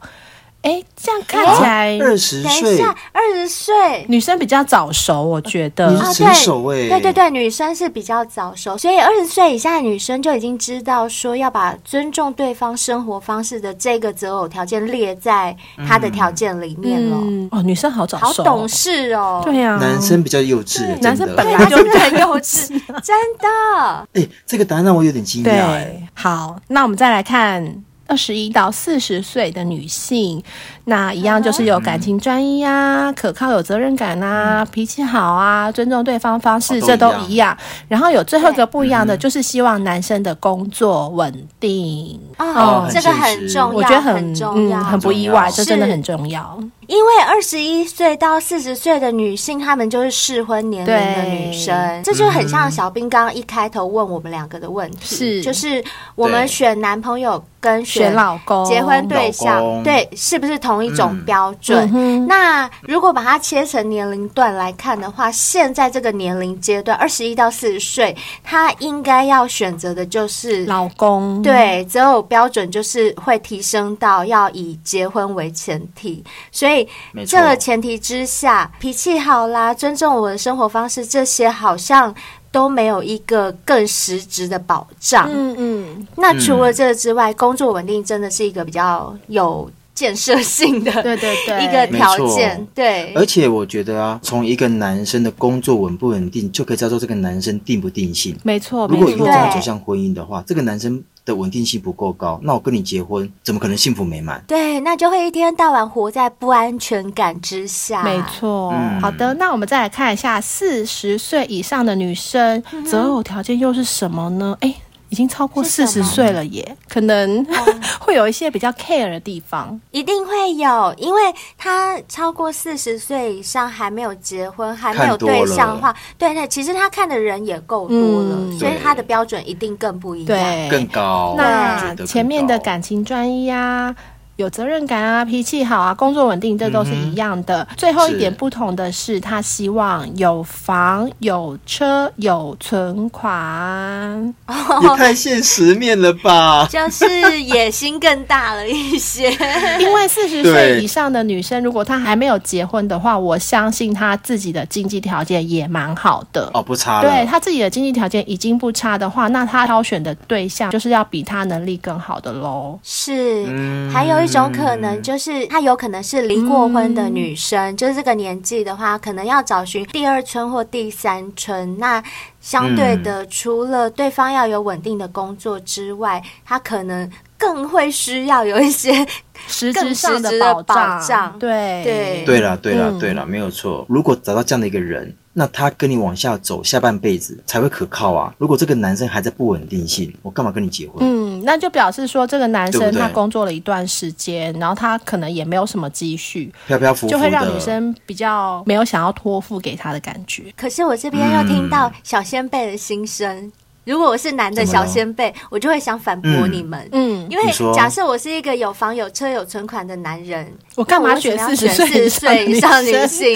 [SPEAKER 2] 哎、这样看起来、
[SPEAKER 5] 二十
[SPEAKER 1] 等一
[SPEAKER 5] 岁，
[SPEAKER 1] 下，二十岁。
[SPEAKER 2] 女生比较早熟，我觉
[SPEAKER 5] 你
[SPEAKER 2] 得。
[SPEAKER 5] 是
[SPEAKER 1] 啊
[SPEAKER 5] 新手哎、
[SPEAKER 1] 对对对，女生是比较早熟，所以二十岁以下的女生就已经知道说要把尊重对方生活方式的这个择偶条件列在她
[SPEAKER 5] 嗯
[SPEAKER 1] 的条件里面了。
[SPEAKER 2] 嗯，哦，女生好早
[SPEAKER 1] 好
[SPEAKER 2] 熟，
[SPEAKER 1] 懂事哦，
[SPEAKER 2] 对呀、
[SPEAKER 5] 男生比较幼稚、哎
[SPEAKER 2] 嗯男
[SPEAKER 5] 真
[SPEAKER 2] 生
[SPEAKER 5] 的。
[SPEAKER 2] 本
[SPEAKER 5] 哎、
[SPEAKER 2] 来就
[SPEAKER 1] 对她真的很
[SPEAKER 2] (laughs)
[SPEAKER 1] 幼稚，真的。
[SPEAKER 5] 这个答案让我有点惊讶、哎。
[SPEAKER 2] 对。好，那我们再来看。二十一到四十岁的女性，那一样就是有感情专一啊，
[SPEAKER 1] 嗯
[SPEAKER 2] 可靠、有责任感啊，脾气好啊，尊重对方方式，
[SPEAKER 5] 哦
[SPEAKER 2] 这
[SPEAKER 5] 都
[SPEAKER 2] 都
[SPEAKER 5] 一样
[SPEAKER 2] 一样。然后有最后一个不一
[SPEAKER 1] 嗯
[SPEAKER 2] 样的，就是希望男生的工作稳定。
[SPEAKER 1] 哦
[SPEAKER 5] 哦，
[SPEAKER 1] 这个
[SPEAKER 5] 很现
[SPEAKER 1] 很
[SPEAKER 5] 实
[SPEAKER 1] 重要，
[SPEAKER 2] 我觉得
[SPEAKER 1] 很重要，
[SPEAKER 2] 嗯，很不意
[SPEAKER 5] 很重
[SPEAKER 2] 外，
[SPEAKER 5] 要
[SPEAKER 2] 这真的
[SPEAKER 1] 是
[SPEAKER 2] 很重要。
[SPEAKER 1] 因为二十一岁到四十岁的女性，她们就是适婚年龄的女生，这就很像小兵刚刚一开头问我们两个的问题，
[SPEAKER 2] 是
[SPEAKER 1] 就是我们
[SPEAKER 5] 对
[SPEAKER 1] 选男朋友跟
[SPEAKER 2] 选老公，
[SPEAKER 1] 结婚对
[SPEAKER 5] 老公
[SPEAKER 1] 象，对是不是同一种
[SPEAKER 5] 嗯
[SPEAKER 1] 标准？
[SPEAKER 2] 嗯哼
[SPEAKER 1] 那如果把它切成年龄段来看的话，现在这个年龄阶段，二十一到四十岁，她应该要选择的就是
[SPEAKER 2] 老
[SPEAKER 5] 嗯
[SPEAKER 2] 公，
[SPEAKER 1] 对，择偶标准就是会提升到要以结婚为前提，所以
[SPEAKER 5] 没错
[SPEAKER 1] 这个前提之下，脾气好啦，尊重我的生活方式，这些好像都没有一个更实质的保障。
[SPEAKER 2] 嗯嗯，
[SPEAKER 1] 那除了这个之外，工作稳定真的是一个比较有建设性的
[SPEAKER 2] 对对对，
[SPEAKER 1] 一个条件
[SPEAKER 5] 没错。
[SPEAKER 1] 对，
[SPEAKER 5] 而且我觉得啊，从一个男生的工作稳不稳定，就可以知道这个男生定不定性。
[SPEAKER 2] 没错，
[SPEAKER 5] 如
[SPEAKER 2] 哦没
[SPEAKER 5] 果以
[SPEAKER 2] 错
[SPEAKER 5] 后真，的
[SPEAKER 1] 对
[SPEAKER 5] 走向婚姻的话，这个男生的稳定性不够高，那我跟你结婚，怎么可能幸福美满？
[SPEAKER 1] 对，那就会一天到晚活在不安全感之下。
[SPEAKER 2] 没错。
[SPEAKER 5] 嗯
[SPEAKER 2] 好的，那我们再来看一下四十岁以上的女生择偶条件又是什么呢？哎，已经超过
[SPEAKER 1] 嗯是
[SPEAKER 2] 四
[SPEAKER 1] 什
[SPEAKER 2] 十
[SPEAKER 1] 么哦
[SPEAKER 2] 岁了耶，可能 (laughs) 会有一些比较 care 的地方。
[SPEAKER 1] 一定会有，因为他超过四十岁以上还没有结婚，还没有
[SPEAKER 5] 看多了
[SPEAKER 1] 对象的话，对，那其实他看的人也够多了，
[SPEAKER 2] 嗯
[SPEAKER 1] 所以
[SPEAKER 5] 对
[SPEAKER 1] 他的标准一定更不一样。
[SPEAKER 2] 对，
[SPEAKER 5] 更高。我觉
[SPEAKER 2] 那
[SPEAKER 5] 得更
[SPEAKER 2] 前面的
[SPEAKER 5] 高
[SPEAKER 2] 感情专一啊，有责任感啊，脾气好啊，工作稳定，这都是一样的。最后一点
[SPEAKER 5] 嗯是
[SPEAKER 2] 不同的是，他希望有房、有车、有存款。
[SPEAKER 5] 也太现实面了吧？
[SPEAKER 1] 就是野心更大了一些。
[SPEAKER 5] (laughs)
[SPEAKER 2] 因为四十岁
[SPEAKER 5] 对
[SPEAKER 2] 以上的女生，如果她还没有结婚的话，我相信她自己的经济条件也蛮好的。
[SPEAKER 5] 哦，不差了。
[SPEAKER 2] 对她自己的经济条件已经不差的话，那她挑选的对象就是要比她能力更好的喽。
[SPEAKER 1] 是，
[SPEAKER 5] 嗯
[SPEAKER 1] 还有一种可能就是她有可能是离过婚的女
[SPEAKER 5] 嗯
[SPEAKER 1] 生，就是这个年纪的话，可能要找寻第二春或第三春。那相对
[SPEAKER 5] 嗯
[SPEAKER 1] 的，除了对方要有稳定的工作之外，她可能更会需要有一些 (laughs)
[SPEAKER 2] 实
[SPEAKER 1] 更
[SPEAKER 2] 质上
[SPEAKER 1] 实质的
[SPEAKER 2] 保
[SPEAKER 1] 保障
[SPEAKER 2] 对
[SPEAKER 1] 对
[SPEAKER 5] 对啦，对啦，
[SPEAKER 2] 嗯
[SPEAKER 5] 对啦，没有错。如果找到这样的一个人，那他跟你往下走，下半辈子才会可靠啊。如果这个男生还在不稳定性，我干嘛跟你结婚？
[SPEAKER 2] 嗯，那就表示说这个男
[SPEAKER 5] 对
[SPEAKER 2] 生
[SPEAKER 5] 不对
[SPEAKER 2] 他工作了一段时间，然后他可能也没有什么积蓄，
[SPEAKER 5] 飘飘浮浮
[SPEAKER 2] 就
[SPEAKER 5] 的，
[SPEAKER 2] 会让女生比较没有想要托付给他的感觉。
[SPEAKER 1] 可是我这边又听
[SPEAKER 5] 嗯
[SPEAKER 1] 到小先辈的心声。如果我是男的
[SPEAKER 5] 怎么
[SPEAKER 1] 小
[SPEAKER 5] 了
[SPEAKER 1] 先辈，我就会想反驳
[SPEAKER 5] 嗯
[SPEAKER 1] 你们，
[SPEAKER 2] 嗯，
[SPEAKER 1] 因为
[SPEAKER 5] 你说
[SPEAKER 1] 假设我是一个有房有车有存款的男人，
[SPEAKER 2] 我干嘛
[SPEAKER 1] 那为
[SPEAKER 2] 选
[SPEAKER 1] 什么
[SPEAKER 2] 四
[SPEAKER 1] 要
[SPEAKER 2] 十
[SPEAKER 1] 选四
[SPEAKER 2] 岁
[SPEAKER 1] 岁以上女
[SPEAKER 2] 生？
[SPEAKER 1] 性，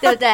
[SPEAKER 1] 对不对？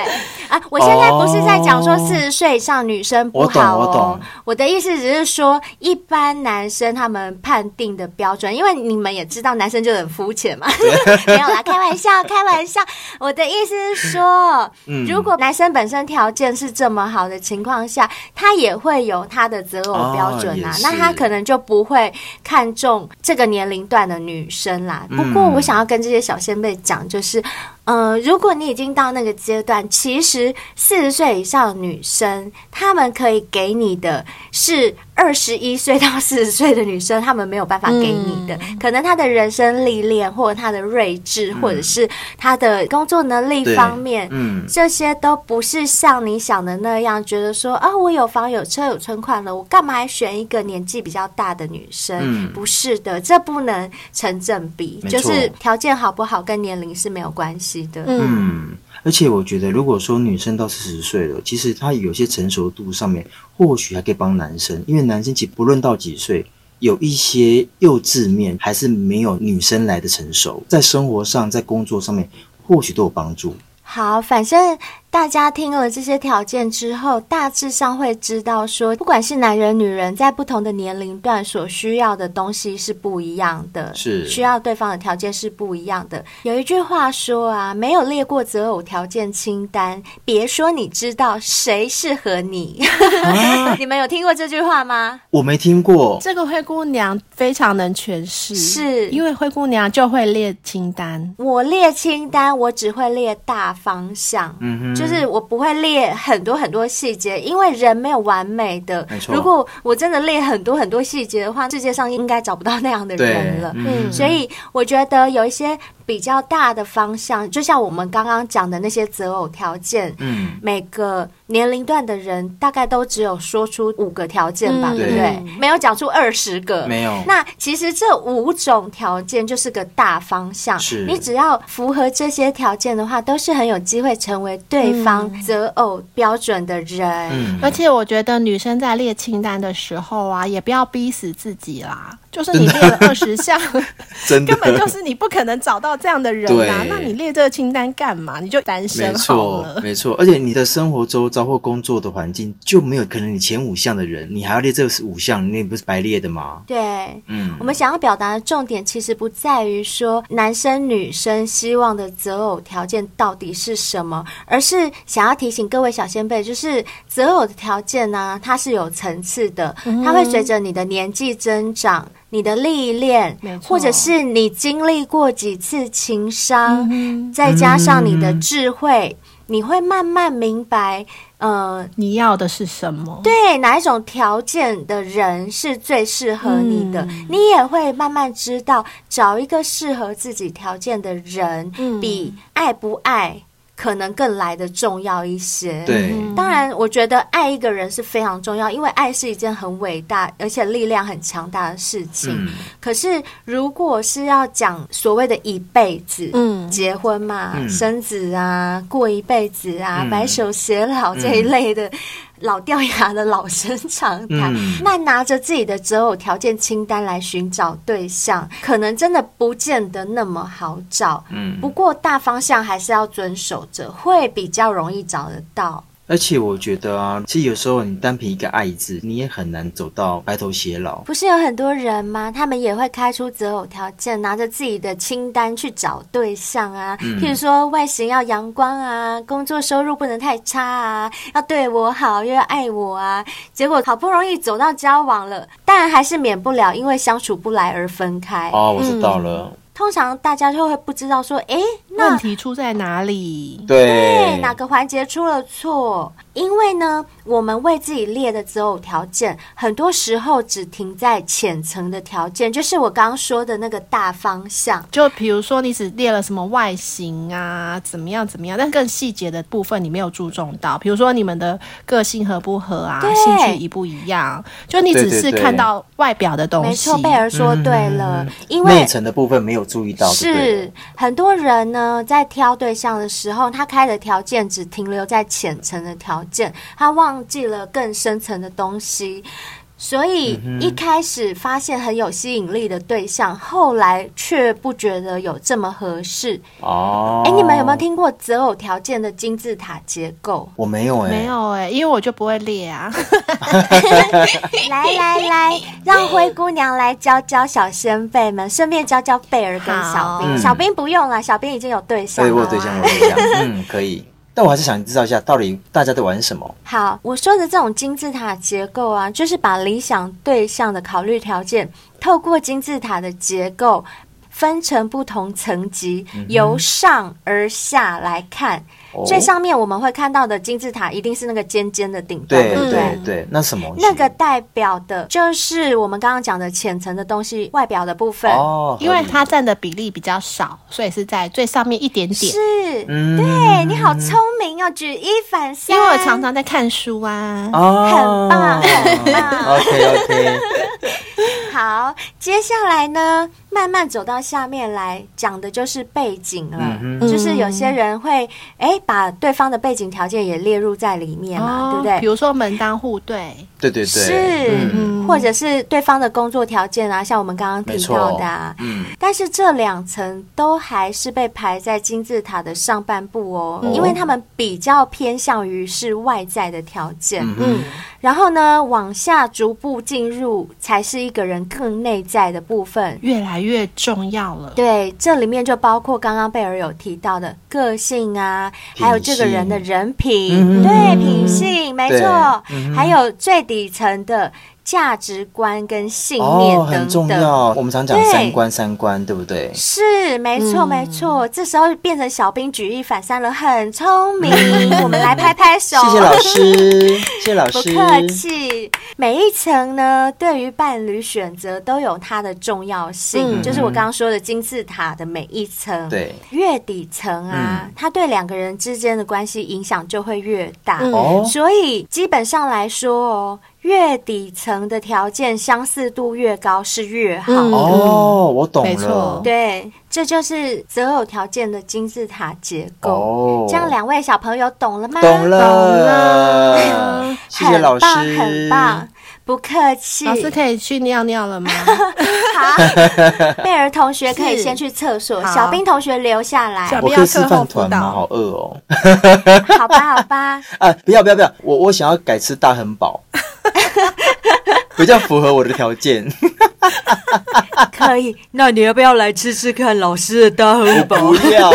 [SPEAKER 1] 啊，我现在不是在讲说四十岁以上女生不
[SPEAKER 5] 我懂
[SPEAKER 1] 好
[SPEAKER 5] 我
[SPEAKER 1] 哦
[SPEAKER 5] 懂，
[SPEAKER 1] 我的意思只是说，一般男生他们判定的标准，因为你们也知道，男生就很肤浅嘛， (laughs) 没有啦，开玩笑，开玩笑。我的意思是说，如果男生本身条件是这么好的情况下，他也会有他的择偶标准啊
[SPEAKER 5] 哦也，
[SPEAKER 1] 那他
[SPEAKER 5] 是
[SPEAKER 1] 可能就不会看重这个年龄段的女生啦。不过，我想要跟这些小先辈讲，就是，呃，如果你已经到那个阶段，其实四十岁以上的女生，她们可以给你的是二十一岁到四十岁的女生，她们没有办法给你的，可能她的人生历练，或者她的睿智，或者是她的工作能力
[SPEAKER 5] 对
[SPEAKER 1] 方面，
[SPEAKER 5] 嗯，
[SPEAKER 1] 这些都不是像你想的那样，觉得说啊，我有房有车有存款了，我干嘛还选一个年纪比较大的女生？
[SPEAKER 5] 嗯
[SPEAKER 1] 不是的，这不能成正比，
[SPEAKER 5] 没
[SPEAKER 1] 就
[SPEAKER 5] 错
[SPEAKER 1] 是条件好不好跟年龄是没有关系的。
[SPEAKER 2] 嗯，
[SPEAKER 5] 嗯，而且我觉得，如果说女生到四十岁了，其实她有些成熟度上面，或许还可以帮男生，因为男生其实不论到几岁，有一些幼稚面还是没有女生来的成熟，在生活上、在工作上面，或许都有帮助。
[SPEAKER 1] 好，反正大家听了这些条件之后，大致上会知道说，不管是男人女人，在不同的年龄段所需要的东西是不一样的，
[SPEAKER 5] 是
[SPEAKER 1] 需要对方的条件是不一样的。有一句话说啊，没有列过择偶条件清单，别说你知道谁适合你。 (laughs) 你们有听过这句话吗？
[SPEAKER 5] 我没听过，
[SPEAKER 2] 这个灰姑娘非常能诠释，
[SPEAKER 1] 是
[SPEAKER 2] 因为灰姑娘就会列清单。
[SPEAKER 1] 我列清单，我只会列大方向，
[SPEAKER 5] 嗯哼，
[SPEAKER 1] 就是我不会列很多很多细节，因为人没有完美的
[SPEAKER 5] 没。错
[SPEAKER 1] 如果我真的列很多很多细节的话，世界上应该找不到那样的人
[SPEAKER 5] 对
[SPEAKER 1] 了，。
[SPEAKER 5] 嗯
[SPEAKER 1] 所以我觉得有一些比较大的方向，就像我们刚刚讲的那些择偶条件，
[SPEAKER 5] 嗯，
[SPEAKER 1] 每个年龄段的人大概都只有说出五个条件吧，
[SPEAKER 2] 嗯
[SPEAKER 1] 对不对？没有讲出二十个，
[SPEAKER 5] 没有
[SPEAKER 1] 那其实这五种条件就是个大方向，
[SPEAKER 5] 是
[SPEAKER 1] 你只要符合这些条件的话，都是很有机会成为对方择偶标准的人。
[SPEAKER 5] 嗯
[SPEAKER 2] 而且我觉得女生在列清单的时候啊，也不要逼死自己啦。就是你列了二十项，
[SPEAKER 5] 真的
[SPEAKER 2] (laughs)
[SPEAKER 5] (laughs)
[SPEAKER 2] 根本就是你不可能找到到这样的人啊
[SPEAKER 5] 对，
[SPEAKER 2] 那你列这个清单干嘛？你就单
[SPEAKER 5] 没
[SPEAKER 2] 身好
[SPEAKER 5] 错，
[SPEAKER 2] 了。
[SPEAKER 5] 没错，而且你的生活周遭或工作的环境就没有可能你前五项的人，你还要列这五项，你也不是白列的吗？
[SPEAKER 1] 对，
[SPEAKER 5] 嗯
[SPEAKER 1] 我，们想要表达的重点其实不在于说男生女生希望的择偶条件到底是什么，而是想要提醒各位小先辈，就是择偶的条件呢、它是有层次的，
[SPEAKER 2] 嗯
[SPEAKER 1] 它会随着你的年纪增长。你的历练
[SPEAKER 2] 没，错
[SPEAKER 1] 或者是你经历过几次情
[SPEAKER 2] 嗯
[SPEAKER 1] 伤，再加上你的智慧，你会慢慢明白，呃，
[SPEAKER 2] 你要的是什么？
[SPEAKER 1] 对哪一种条件的人是最适合你的，
[SPEAKER 2] 嗯
[SPEAKER 1] 你也会慢慢知道找一个适合自己条件的人，
[SPEAKER 2] 嗯
[SPEAKER 1] 比爱不爱可能更来的重要一些。。
[SPEAKER 5] 对，
[SPEAKER 1] 当然，我觉得爱一个人是非常重要，因为爱是一件很伟大而且力量很强大的事情。
[SPEAKER 5] 嗯，
[SPEAKER 1] 可是，如果是要讲所谓的一辈子，
[SPEAKER 2] 嗯
[SPEAKER 1] 结婚嘛、
[SPEAKER 5] 嗯
[SPEAKER 1] 生子啊、过一辈子啊、
[SPEAKER 5] 嗯
[SPEAKER 1] 白首偕老这一类的。老掉牙的老生常谈，
[SPEAKER 5] 嗯
[SPEAKER 1] 那拿着自己的择偶条件清单来寻找对象，可能真的不见得那么好找。
[SPEAKER 5] 嗯
[SPEAKER 1] 不过大方向还是要遵守着，会比较容易找得到。
[SPEAKER 5] 而且我觉得啊，其实有时候你单凭一个“爱”字，你也很难走到白头偕老。
[SPEAKER 1] 不是有很多人吗？他们也会开出择偶条件，拿着自己的清单去找对象啊。譬如说，外形要阳光啊，工作收入不能太差啊，要对我好，又要爱我啊。结果好不容易走到交往了，但还是免不了因为相处不来而分开。
[SPEAKER 5] 哦，我知道了，
[SPEAKER 1] 通常大家就会不知道说，诶，那
[SPEAKER 2] 问题出在哪里？
[SPEAKER 1] 嗯对
[SPEAKER 5] 对，
[SPEAKER 1] 哪个环节出了错？因为呢，我们为自己列的择偶条件，很多时候只停在浅层的条件，就是我刚刚说的那个大方向。
[SPEAKER 2] 就比如说，你只列了什么外形啊，怎么样怎么样，但更细节的部分你没有注重到，比如说你们的个性合不合啊，
[SPEAKER 1] 对
[SPEAKER 2] 兴趣一不一样，就你只是
[SPEAKER 5] 对对对
[SPEAKER 2] 看到外表的东
[SPEAKER 1] 没
[SPEAKER 2] 西。
[SPEAKER 1] 错，贝尔说对
[SPEAKER 5] 嗯
[SPEAKER 1] 了，因为
[SPEAKER 5] 内层的部分没有注意到，对不对
[SPEAKER 1] 是很多人呢，在挑对象的时候，他开的条件只停留在浅层的条件，他忘记了更深层的东西。所以
[SPEAKER 5] 嗯
[SPEAKER 1] 一开始发现很有吸引力的对象，后来却不觉得有这么合适。
[SPEAKER 5] 哦。
[SPEAKER 1] 哎、你们有没有？听过择偶条件的金字塔结
[SPEAKER 5] (laughs)？
[SPEAKER 1] 构
[SPEAKER 5] 我没有哎、
[SPEAKER 2] 没。有哎、因为我就不会列啊。
[SPEAKER 1] 来来来，让灰姑娘来教教小先辈们，顺便教教贝尔跟小
[SPEAKER 2] 好
[SPEAKER 1] 兵。
[SPEAKER 5] 嗯
[SPEAKER 1] 小兵不用了，小兵已经有对象
[SPEAKER 5] 对，哎我有
[SPEAKER 1] 了。
[SPEAKER 5] 对象，我有对象，
[SPEAKER 1] (laughs)
[SPEAKER 5] 嗯，可以。但我还是想知道一下，到底大家在玩什么？
[SPEAKER 1] 好，我说的这种金字塔结构啊，就是把理想对象的考虑条件，透过金字塔的结构分成不同层级，由上而下来看。
[SPEAKER 5] 嗯哦
[SPEAKER 1] 最上面我们会看到的金字塔，一定是那个尖尖的
[SPEAKER 2] 嗯
[SPEAKER 1] 顶端，
[SPEAKER 5] 对
[SPEAKER 1] 不
[SPEAKER 5] 对对，那什么东西？
[SPEAKER 1] 那个代表的就是我们刚刚讲的浅层的东西，外表的部分。
[SPEAKER 5] 哦，
[SPEAKER 2] 因为
[SPEAKER 5] 合理
[SPEAKER 2] 它占的比例比较少，所以是在最上面一点点。
[SPEAKER 1] 是，啊
[SPEAKER 5] 嗯
[SPEAKER 1] 对你好聪明哦，举一反三。
[SPEAKER 2] 因为我常常在看书啊，
[SPEAKER 5] 哦，
[SPEAKER 1] 很棒很
[SPEAKER 5] (laughs)
[SPEAKER 1] 棒
[SPEAKER 5] OK OK，
[SPEAKER 1] 好，接下来呢，慢慢走到下面来讲的就是背景了，
[SPEAKER 5] 嗯
[SPEAKER 1] 就是有些人会哎、诶把对方的背景条件也列入在里面嘛，啊对不
[SPEAKER 2] 哦比
[SPEAKER 1] 对？
[SPEAKER 2] 如说门当户对，
[SPEAKER 5] 对对对，
[SPEAKER 1] 是，
[SPEAKER 5] 嗯
[SPEAKER 1] 或者是对方的工作条件啊，像我们刚刚提
[SPEAKER 5] 没错
[SPEAKER 1] 到的啊，
[SPEAKER 5] 嗯，
[SPEAKER 1] 但是这两层都还是被排在金字塔的上半部哦，因为他们比较偏向于是外在的条件。
[SPEAKER 5] 嗯，
[SPEAKER 1] 然后呢，往下逐步进入才是一个人更内在的部分。
[SPEAKER 2] 越来越重要了。
[SPEAKER 1] 对，这里面就包括刚刚贝尔有提到的个性啊，还有这个人的人品，
[SPEAKER 5] 嗯
[SPEAKER 1] 对品性，没错，
[SPEAKER 5] 对嗯
[SPEAKER 1] 还有最底层的价值观跟信念
[SPEAKER 5] 哦，
[SPEAKER 1] 等等。
[SPEAKER 5] 很重要。我们常讲
[SPEAKER 1] 对
[SPEAKER 5] 三观，三观对不对？
[SPEAKER 1] 是，没
[SPEAKER 5] 嗯
[SPEAKER 1] 错，没错。这时候变成小兵举一反三了，很聪
[SPEAKER 5] (laughs)
[SPEAKER 1] 明。我们来拍拍手，
[SPEAKER 5] 谢谢老师，谢谢老
[SPEAKER 1] 哦不
[SPEAKER 5] 师。
[SPEAKER 1] 客气。每一层呢，对于伴侣选择都有它的重要性，
[SPEAKER 2] 嗯
[SPEAKER 1] 就是我刚刚说的金字塔的每一层。。
[SPEAKER 5] 对，
[SPEAKER 1] 越底层啊，
[SPEAKER 5] 嗯
[SPEAKER 1] 它对两个人之间的关系影响就会越大。
[SPEAKER 2] 嗯
[SPEAKER 5] 哦，
[SPEAKER 1] 所以基本上来说哦，越底层的条件相似度越高是越好。
[SPEAKER 2] 嗯
[SPEAKER 5] 哦，我懂
[SPEAKER 2] 没
[SPEAKER 5] 了
[SPEAKER 2] 错。
[SPEAKER 1] 对，这就是择偶条件的金字塔结构。
[SPEAKER 5] 哦，
[SPEAKER 1] 这样两位小朋友懂了吗？
[SPEAKER 5] 懂了，
[SPEAKER 2] 懂了
[SPEAKER 5] 谢谢老
[SPEAKER 1] 很棒，
[SPEAKER 5] 师，
[SPEAKER 1] 很棒。不客气。
[SPEAKER 2] 老师可以去尿
[SPEAKER 1] (laughs)
[SPEAKER 2] 尿了吗？
[SPEAKER 1] 好， (laughs) 贝尔同学可以先去厕所，
[SPEAKER 2] 好
[SPEAKER 1] 小兵同学留下来。
[SPEAKER 2] 小
[SPEAKER 5] 我
[SPEAKER 2] 兵
[SPEAKER 5] 可
[SPEAKER 2] 要
[SPEAKER 5] 以吃
[SPEAKER 2] 课后
[SPEAKER 5] 饭
[SPEAKER 2] 辅
[SPEAKER 5] 团吗？
[SPEAKER 2] 导
[SPEAKER 5] 好。饿哦！
[SPEAKER 1] 好吧，好吧，
[SPEAKER 5] 啊，不要不要不要，我我想要改吃大亨堡，比较符合我的条件。
[SPEAKER 1] (laughs) 可以。那你要不要来吃吃看老师的大汉
[SPEAKER 5] 不要，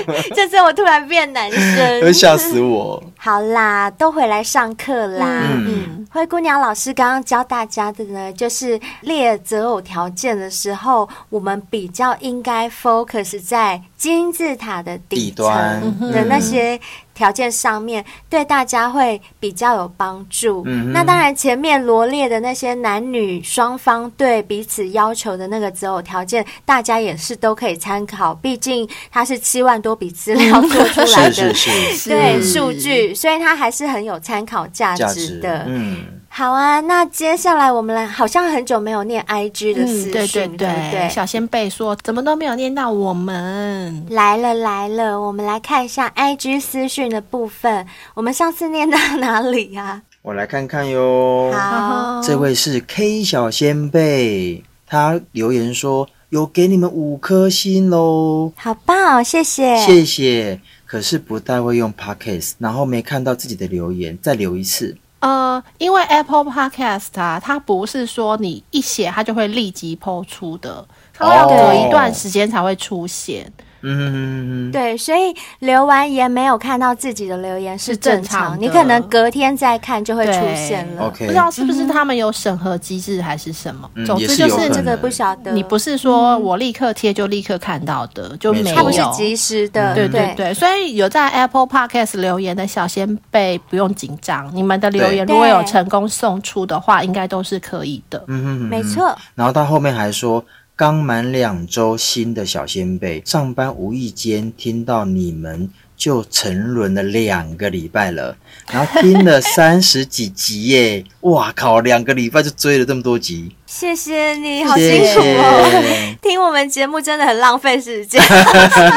[SPEAKER 1] (laughs) 这次我突然变男
[SPEAKER 5] 会
[SPEAKER 1] (laughs) 生。
[SPEAKER 5] 吓死我。
[SPEAKER 1] 好啦，都回来上课啦。
[SPEAKER 5] 嗯，
[SPEAKER 1] 灰姑娘老师刚刚教大家的呢，就是列择偶条件的时候，我们比较应该 focus 在金字塔的底
[SPEAKER 5] 底端嗯
[SPEAKER 1] 层的那些条件上面，对大家会比较有帮助。
[SPEAKER 5] 嗯哼
[SPEAKER 1] 那当然，前面罗列的那些男女双方对彼此要求的那个择偶条件，大家也是都可以参考，毕竟它是七万多笔资料做出来
[SPEAKER 5] 是
[SPEAKER 1] 的。
[SPEAKER 5] 是是，嗯
[SPEAKER 1] 对
[SPEAKER 2] 是
[SPEAKER 1] 数据，所以它还是很有参考价
[SPEAKER 5] 价
[SPEAKER 1] 值
[SPEAKER 5] 值
[SPEAKER 1] 的。
[SPEAKER 5] 嗯，
[SPEAKER 1] 好啊，那接下来我们来，好像很久没有念 IG 的私
[SPEAKER 2] 嗯，对对
[SPEAKER 1] 讯，对不
[SPEAKER 2] 对，小先辈说怎么都没有念到我们，
[SPEAKER 1] 来了来了，我们来看一下 IG 私讯的部分。我们上次念到哪里呀、
[SPEAKER 5] 我来看看哟。
[SPEAKER 2] 哦
[SPEAKER 1] 好，
[SPEAKER 5] 这位是 K 小先辈，他留言说有给你们五颗星喽，
[SPEAKER 1] 好棒、哦，谢谢。
[SPEAKER 5] 谢谢。可是不太会用 Podcast，然后没看到自己的留言，再留一次。
[SPEAKER 2] 呃，因为 Apple Podcast 啊，它不是说你一写它就会立即抛出的，它会要隔一段时间才会出现，
[SPEAKER 5] 哦嗯，
[SPEAKER 1] 对，所以留完言没有看到自己的留言是正常，
[SPEAKER 2] 是正常的
[SPEAKER 1] 你可能隔天再看就会出
[SPEAKER 2] 对
[SPEAKER 1] 现了。
[SPEAKER 5] ，OK，
[SPEAKER 2] 不知道是不是他们有审核机制还是什么。
[SPEAKER 5] 嗯
[SPEAKER 2] 总
[SPEAKER 5] 也
[SPEAKER 2] 之
[SPEAKER 5] 是
[SPEAKER 2] 就
[SPEAKER 5] 有可
[SPEAKER 2] 是
[SPEAKER 5] 能
[SPEAKER 1] 这个不晓得，
[SPEAKER 2] 你不是说我立刻贴就立刻看到的，就
[SPEAKER 5] 没
[SPEAKER 2] 没
[SPEAKER 5] 错
[SPEAKER 2] 有。
[SPEAKER 1] 它不是及时的，
[SPEAKER 2] 嗯对
[SPEAKER 1] 嗯对
[SPEAKER 2] 对对，所以有在 Apple Podcast 留言的小先辈不用紧张，你们的留言
[SPEAKER 1] 对
[SPEAKER 2] 如果有成功送出的话，应该都是可以的。
[SPEAKER 5] 嗯哼哼
[SPEAKER 1] 没。错。
[SPEAKER 5] 然后他后面还说，刚满两周新的小先辈，上班无意间听到你们就沉沦了两个礼拜了，然后
[SPEAKER 1] (laughs)
[SPEAKER 5] 听了三十几集耶，哇靠，两个礼拜就追了这么多集，
[SPEAKER 1] 谢谢
[SPEAKER 2] 嗯
[SPEAKER 1] 你，好辛
[SPEAKER 5] 谢
[SPEAKER 1] 苦哦。
[SPEAKER 5] 谢。
[SPEAKER 1] 听我们节目真的很浪费时间，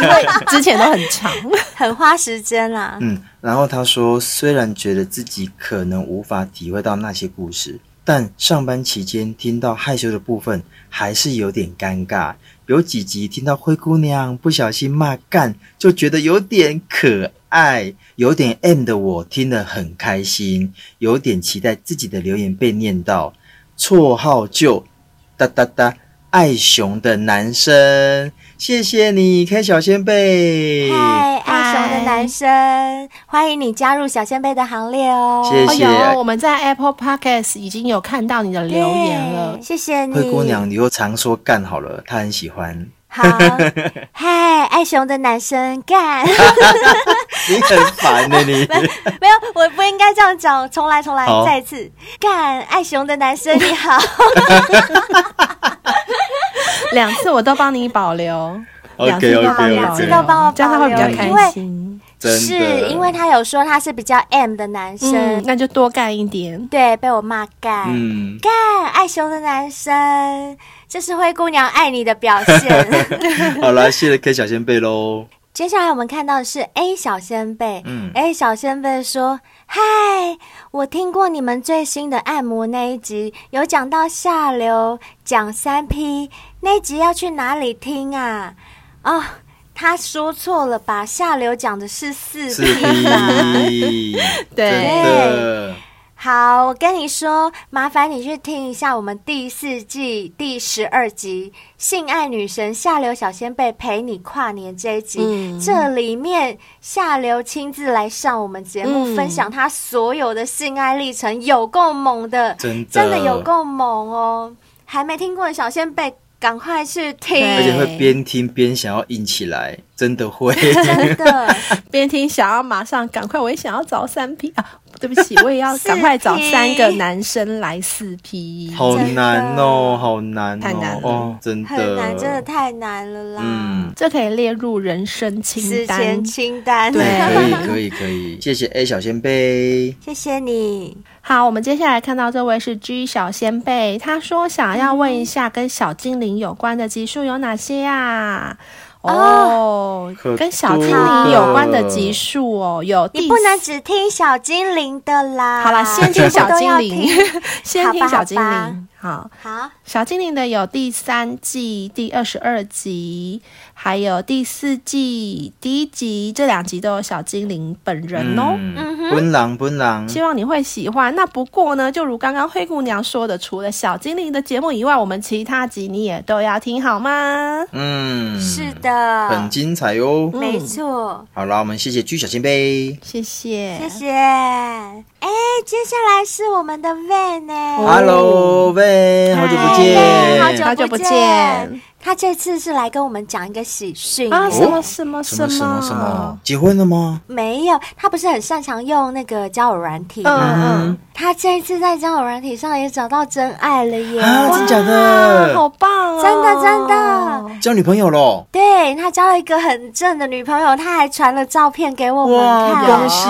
[SPEAKER 2] 因为 (laughs) 之前都很长，
[SPEAKER 1] 很花时间啊啦。
[SPEAKER 5] 嗯，然后他说，虽然觉得自己可能无法体会到那些故事，但上班期间听到害羞的部分还是有点尴尬。有几集听到灰姑娘不小心骂干，就觉得有点可爱，有点 M 的我听得很开心，有点期待自己的留言被念到。绰号就哒哒哒。爱熊的男生，谢谢你，K 小先辈。
[SPEAKER 1] 嗨，爱熊的男生，欢迎你加入小先辈的行列哦。
[SPEAKER 5] 谢
[SPEAKER 2] 哦，
[SPEAKER 5] 谢
[SPEAKER 2] 有我们在 Apple Podcast 已经有看到你的留言了
[SPEAKER 1] 对，谢谢你，
[SPEAKER 5] 灰姑。
[SPEAKER 1] 嗯
[SPEAKER 5] 娘，你又常说干好了，她很喜欢， (laughs)
[SPEAKER 1] 好，嗨，爱熊的男生
[SPEAKER 5] (laughs)
[SPEAKER 1] 干，
[SPEAKER 5] 你很烦
[SPEAKER 1] (laughs)
[SPEAKER 5] 的、你。
[SPEAKER 1] 没有，我不应该这样讲，重来，重来
[SPEAKER 5] 好，
[SPEAKER 1] 再一次，干，爱熊的男生你好，
[SPEAKER 2] 两次我都帮你保留。两次
[SPEAKER 5] OK
[SPEAKER 2] 都帮
[SPEAKER 5] OK
[SPEAKER 2] 你保
[SPEAKER 5] OK，
[SPEAKER 1] 知道帮我
[SPEAKER 2] 这样他
[SPEAKER 1] 保
[SPEAKER 2] 会比
[SPEAKER 1] 留，
[SPEAKER 2] 较
[SPEAKER 5] 留
[SPEAKER 1] 因
[SPEAKER 2] 开
[SPEAKER 1] 为
[SPEAKER 2] 心。
[SPEAKER 5] (laughs) 真的
[SPEAKER 1] 是因为他有说他是比较 M 的男
[SPEAKER 2] 嗯，
[SPEAKER 1] 生，
[SPEAKER 2] 那就多干一点。
[SPEAKER 1] 对，被我骂干，
[SPEAKER 5] 嗯，
[SPEAKER 1] 干爱熊的男生，这是灰姑娘爱你的表
[SPEAKER 5] (laughs)
[SPEAKER 1] 现。
[SPEAKER 5] 好啦，谢了 K 小先辈喽。
[SPEAKER 1] 接下来我们看到的是 A 小先辈、
[SPEAKER 5] 嗯
[SPEAKER 1] a 小先辈说：“嗨，我听过你们最新的按摩那一集，有讲到下流，讲三 P 那一集要去哪里听啊？哦，他说错了吧？下流讲的是四
[SPEAKER 5] 是
[SPEAKER 1] P 吧？ (laughs)
[SPEAKER 5] P，
[SPEAKER 2] 对
[SPEAKER 5] 真的，
[SPEAKER 1] 好，我跟你说，麻烦你去听一下我们第四季第十二集《性爱女神下流小先辈陪你跨年》这一集，
[SPEAKER 2] 嗯
[SPEAKER 1] 这里面下流亲自来上我们节目，
[SPEAKER 2] 嗯
[SPEAKER 1] 分享他所有的性爱历程，有够猛的，
[SPEAKER 5] 真的
[SPEAKER 1] 真的有够猛哦！还没听过的小先辈，赶快去
[SPEAKER 5] 而
[SPEAKER 1] 听
[SPEAKER 2] 对，
[SPEAKER 5] 且会边听边想要硬起来， (laughs) 真的
[SPEAKER 1] (laughs)
[SPEAKER 5] 会。
[SPEAKER 1] 真的。
[SPEAKER 2] 边听想要马上赶快，我也想要找三 P 啊！对不起，我也要
[SPEAKER 1] 四 P
[SPEAKER 2] 赶快找三个男生来四 P。
[SPEAKER 5] 好难哦，好难
[SPEAKER 2] 太难
[SPEAKER 5] 哦，
[SPEAKER 2] 了
[SPEAKER 5] 哦，真的，
[SPEAKER 1] 很难，真的太难了啦！
[SPEAKER 5] 嗯，
[SPEAKER 2] 这可以列入人生清
[SPEAKER 1] 死
[SPEAKER 2] 单
[SPEAKER 1] 前。清单，
[SPEAKER 5] 哎可以
[SPEAKER 2] 对
[SPEAKER 5] 可以可以，谢谢 A 小先辈，
[SPEAKER 1] (laughs) 谢谢你。
[SPEAKER 2] 好，我们接下来看到这位是 G 小先辈，他说想要问一下跟小精灵有关的集数有哪些啊？哦
[SPEAKER 5] 可，
[SPEAKER 2] 跟小
[SPEAKER 5] 多
[SPEAKER 2] 精灵有关的
[SPEAKER 5] 了
[SPEAKER 2] 集数哦，有
[SPEAKER 1] 你
[SPEAKER 2] 第
[SPEAKER 1] 不能
[SPEAKER 2] 四
[SPEAKER 1] 只听小精灵的啦。
[SPEAKER 2] 好啦，先
[SPEAKER 1] 全部
[SPEAKER 2] 听小
[SPEAKER 1] 都
[SPEAKER 2] 精
[SPEAKER 1] 要
[SPEAKER 2] 灵，
[SPEAKER 1] 听
[SPEAKER 2] 先听
[SPEAKER 1] 好吧
[SPEAKER 2] 小精
[SPEAKER 1] 好吧
[SPEAKER 2] 灵，好。
[SPEAKER 1] 好，
[SPEAKER 2] 小精灵的有第三季第二十二集，还有第四季第一集，这两集都有小精灵本人哦。
[SPEAKER 1] 嗯哼
[SPEAKER 5] 奔狼奔狼，
[SPEAKER 2] 希望你会喜欢。那不过呢，就如刚刚灰姑娘说的，除了小精灵的节目以外，我们其他集你也都要听好吗？
[SPEAKER 5] 嗯，
[SPEAKER 1] 是，的，嗯
[SPEAKER 5] 很精彩哦。
[SPEAKER 1] 没错。
[SPEAKER 5] 好啦，我们谢谢居小仙贝。
[SPEAKER 2] 谢谢，
[SPEAKER 1] 谢谢。哎，接下来是我们的 Van 呢、
[SPEAKER 2] 哦
[SPEAKER 5] Hello，喂，好久不见，
[SPEAKER 1] 嗨好
[SPEAKER 2] 好
[SPEAKER 1] 久
[SPEAKER 2] 久
[SPEAKER 1] 不
[SPEAKER 2] 不
[SPEAKER 1] 见
[SPEAKER 2] 见
[SPEAKER 1] 他这次是来跟我们讲一个喜讯
[SPEAKER 2] 啊！
[SPEAKER 1] 耶
[SPEAKER 2] 什么什么
[SPEAKER 5] 哦什么什么
[SPEAKER 2] 么
[SPEAKER 5] 什么？结婚了吗？
[SPEAKER 1] 没有，他不是很擅长用那个交友软体吗？
[SPEAKER 2] 嗯
[SPEAKER 1] 他这一次在交友软体上也找到真爱了耶！
[SPEAKER 5] 啊，真假
[SPEAKER 2] 嗯，好
[SPEAKER 5] 的？
[SPEAKER 2] 棒哦！
[SPEAKER 1] 真的真的，
[SPEAKER 5] 交女朋友喽？
[SPEAKER 1] 对他交了一个很正的女朋友，他还传了照片给我们
[SPEAKER 5] 哇，
[SPEAKER 1] 看。
[SPEAKER 5] 恭喜！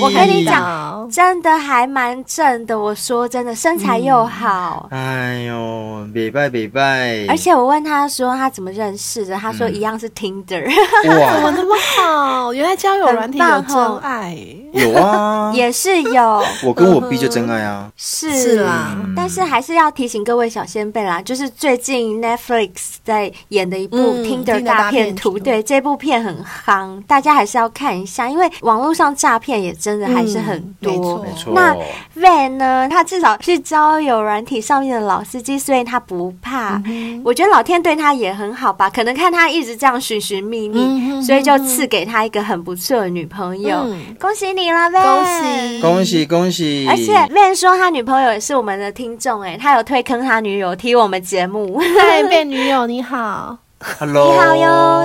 [SPEAKER 1] 我跟你讲
[SPEAKER 2] 讲，
[SPEAKER 1] 真的还蛮正的，我说真的，身材又好。
[SPEAKER 5] 哎呦，北拜北
[SPEAKER 2] 嗯
[SPEAKER 5] 拜，
[SPEAKER 1] 而且我问他说他怎么认识的，他说一样是 Tinder，、
[SPEAKER 2] 哇，
[SPEAKER 5] 哇，
[SPEAKER 2] 那么好！原来交友软体有
[SPEAKER 1] 很棒
[SPEAKER 2] 真
[SPEAKER 1] 哦，
[SPEAKER 2] 爱，
[SPEAKER 5] 有啊
[SPEAKER 1] (laughs)
[SPEAKER 2] 哦
[SPEAKER 1] 也是有，
[SPEAKER 5] 我跟我 B 就真爱啊，
[SPEAKER 1] 是
[SPEAKER 2] 是啦
[SPEAKER 5] 嗯
[SPEAKER 1] 但是还是要提醒各位小先辈啦，就是最近 Netflix 在演的一部
[SPEAKER 2] 嗯
[SPEAKER 1] 《
[SPEAKER 2] Tinder
[SPEAKER 1] Tinder 大片图》
[SPEAKER 2] 大片图
[SPEAKER 1] 对这部片很夯，大家还是要看一下，因为网络上诈骗也真的还是很
[SPEAKER 2] 嗯没
[SPEAKER 1] 多。
[SPEAKER 2] 错
[SPEAKER 5] 没错。
[SPEAKER 1] 那 Van 呢，他至少是交友软体上面的老司机，所以他不怕。我觉得老天对他也很好吧，可能看他一直这样寻寻觅觅，
[SPEAKER 2] 嗯哼
[SPEAKER 1] 所以就赐给他一个很不错的女朋友。
[SPEAKER 2] 嗯
[SPEAKER 1] 恭喜你啦，Van！
[SPEAKER 2] 恭喜
[SPEAKER 5] 恭喜恭喜！
[SPEAKER 1] 而且 Van 说他女朋友也是我们的听众，哎，他有推坑他女友听我们节目。
[SPEAKER 2] 嗨，变女友你好，
[SPEAKER 5] ，Hello，
[SPEAKER 1] 你好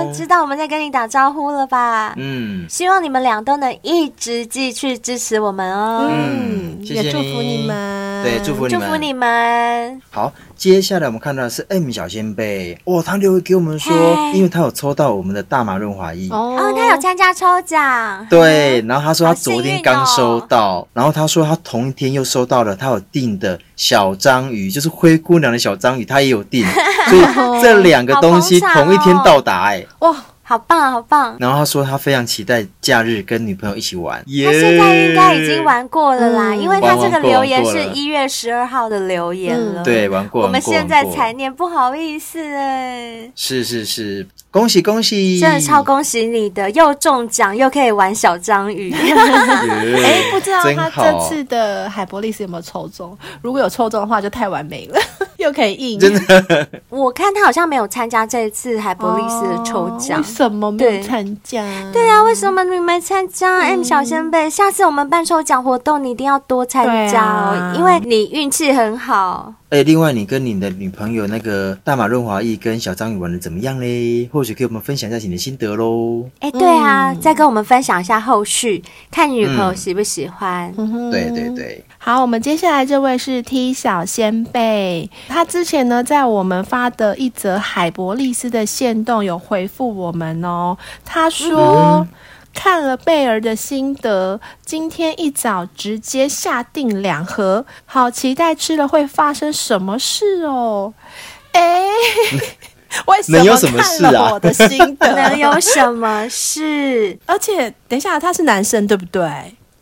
[SPEAKER 1] 哟，知道我们在跟你打招呼了吧？
[SPEAKER 5] 哦嗯
[SPEAKER 1] 希望你们俩都能一直继续支持我们哦，
[SPEAKER 5] 嗯，谢谢
[SPEAKER 2] 也祝福你们，
[SPEAKER 5] 对，祝福你
[SPEAKER 1] 祝
[SPEAKER 5] 们，
[SPEAKER 1] 福你们。
[SPEAKER 5] 好，接下来我们看到的是 M 小仙贝，哇，他留言给我们说，
[SPEAKER 1] 嗨
[SPEAKER 5] 因为他有抽到我们的大麻润滑液。
[SPEAKER 1] 哦，
[SPEAKER 2] 哦
[SPEAKER 1] 他有参加抽奖，
[SPEAKER 5] 对，然后他说他
[SPEAKER 1] 好幸
[SPEAKER 5] 昨天
[SPEAKER 1] 运
[SPEAKER 5] 刚
[SPEAKER 1] 哦
[SPEAKER 5] 收到，然后他说他同一天又收到了他有订的小章鱼，就是灰姑娘的小章鱼，他也
[SPEAKER 1] (laughs)
[SPEAKER 5] 有订，所以这两个东西
[SPEAKER 1] 好捧场哦
[SPEAKER 5] 同一天到达、哎，
[SPEAKER 2] 哇，
[SPEAKER 1] 好棒好棒！
[SPEAKER 5] 然后他说他非常期待假日跟女朋友一起玩，
[SPEAKER 1] 他现在应该已经玩过了啦，
[SPEAKER 2] 嗯
[SPEAKER 1] 因为他这个留言
[SPEAKER 5] 玩玩过
[SPEAKER 1] 是
[SPEAKER 5] 玩过了
[SPEAKER 1] 一月十二号的留言了。
[SPEAKER 2] 嗯
[SPEAKER 5] 对，玩过，
[SPEAKER 1] 我们
[SPEAKER 5] 玩过
[SPEAKER 1] 现在
[SPEAKER 5] 玩过
[SPEAKER 1] 才念，不好意思哎。
[SPEAKER 2] 嗯
[SPEAKER 5] 是是是，恭喜恭喜，
[SPEAKER 1] 真的超恭喜你的，又中奖又可以玩小章
[SPEAKER 2] (laughs)
[SPEAKER 1] 鱼。
[SPEAKER 5] 耶
[SPEAKER 2] 哎，不知道
[SPEAKER 5] 真
[SPEAKER 2] 他这
[SPEAKER 5] 好
[SPEAKER 2] 次的海博利斯有没有抽中？如果有抽中的话，就太完美了， (laughs) 又可以印，
[SPEAKER 5] 真
[SPEAKER 2] 的
[SPEAKER 1] 我看他好像没有参加这一次海博利斯的抽奖
[SPEAKER 2] 哦为。什么没有
[SPEAKER 1] 对
[SPEAKER 2] 参加？
[SPEAKER 1] 对啊，为什么你没参加、m
[SPEAKER 2] 嗯
[SPEAKER 1] 小先辈？下次我们办抽奖活动，你一定要多参加哦，
[SPEAKER 2] 对啊
[SPEAKER 1] 因为你运气很好。
[SPEAKER 5] 哎，另外，你跟你的女朋友那个大马润滑液跟小章鱼玩的怎么样嘞？或许给我们分享一下你的心得喽。
[SPEAKER 1] 哎，对啊，
[SPEAKER 2] 嗯
[SPEAKER 1] 再跟我们分享一下后续，看你女朋
[SPEAKER 5] 嗯
[SPEAKER 1] 友喜不喜欢。
[SPEAKER 2] 嗯哼
[SPEAKER 5] 对对对，
[SPEAKER 2] 好，我们接下来这位是 T 小仙贝，他之前呢在我们发的一则海博利斯的线动有回复我们哦，他
[SPEAKER 5] 嗯
[SPEAKER 2] 说。看了贝儿的心得，今天一早直接下定两盒，好期待吃了会发生什么事哦！哎、为什
[SPEAKER 5] (laughs) 能有
[SPEAKER 2] 么
[SPEAKER 5] 什么事
[SPEAKER 2] 看
[SPEAKER 5] 啊
[SPEAKER 2] 了我的心得？
[SPEAKER 1] 能 (laughs) 有什么事？
[SPEAKER 2] 而且等一下，他是男生对不对？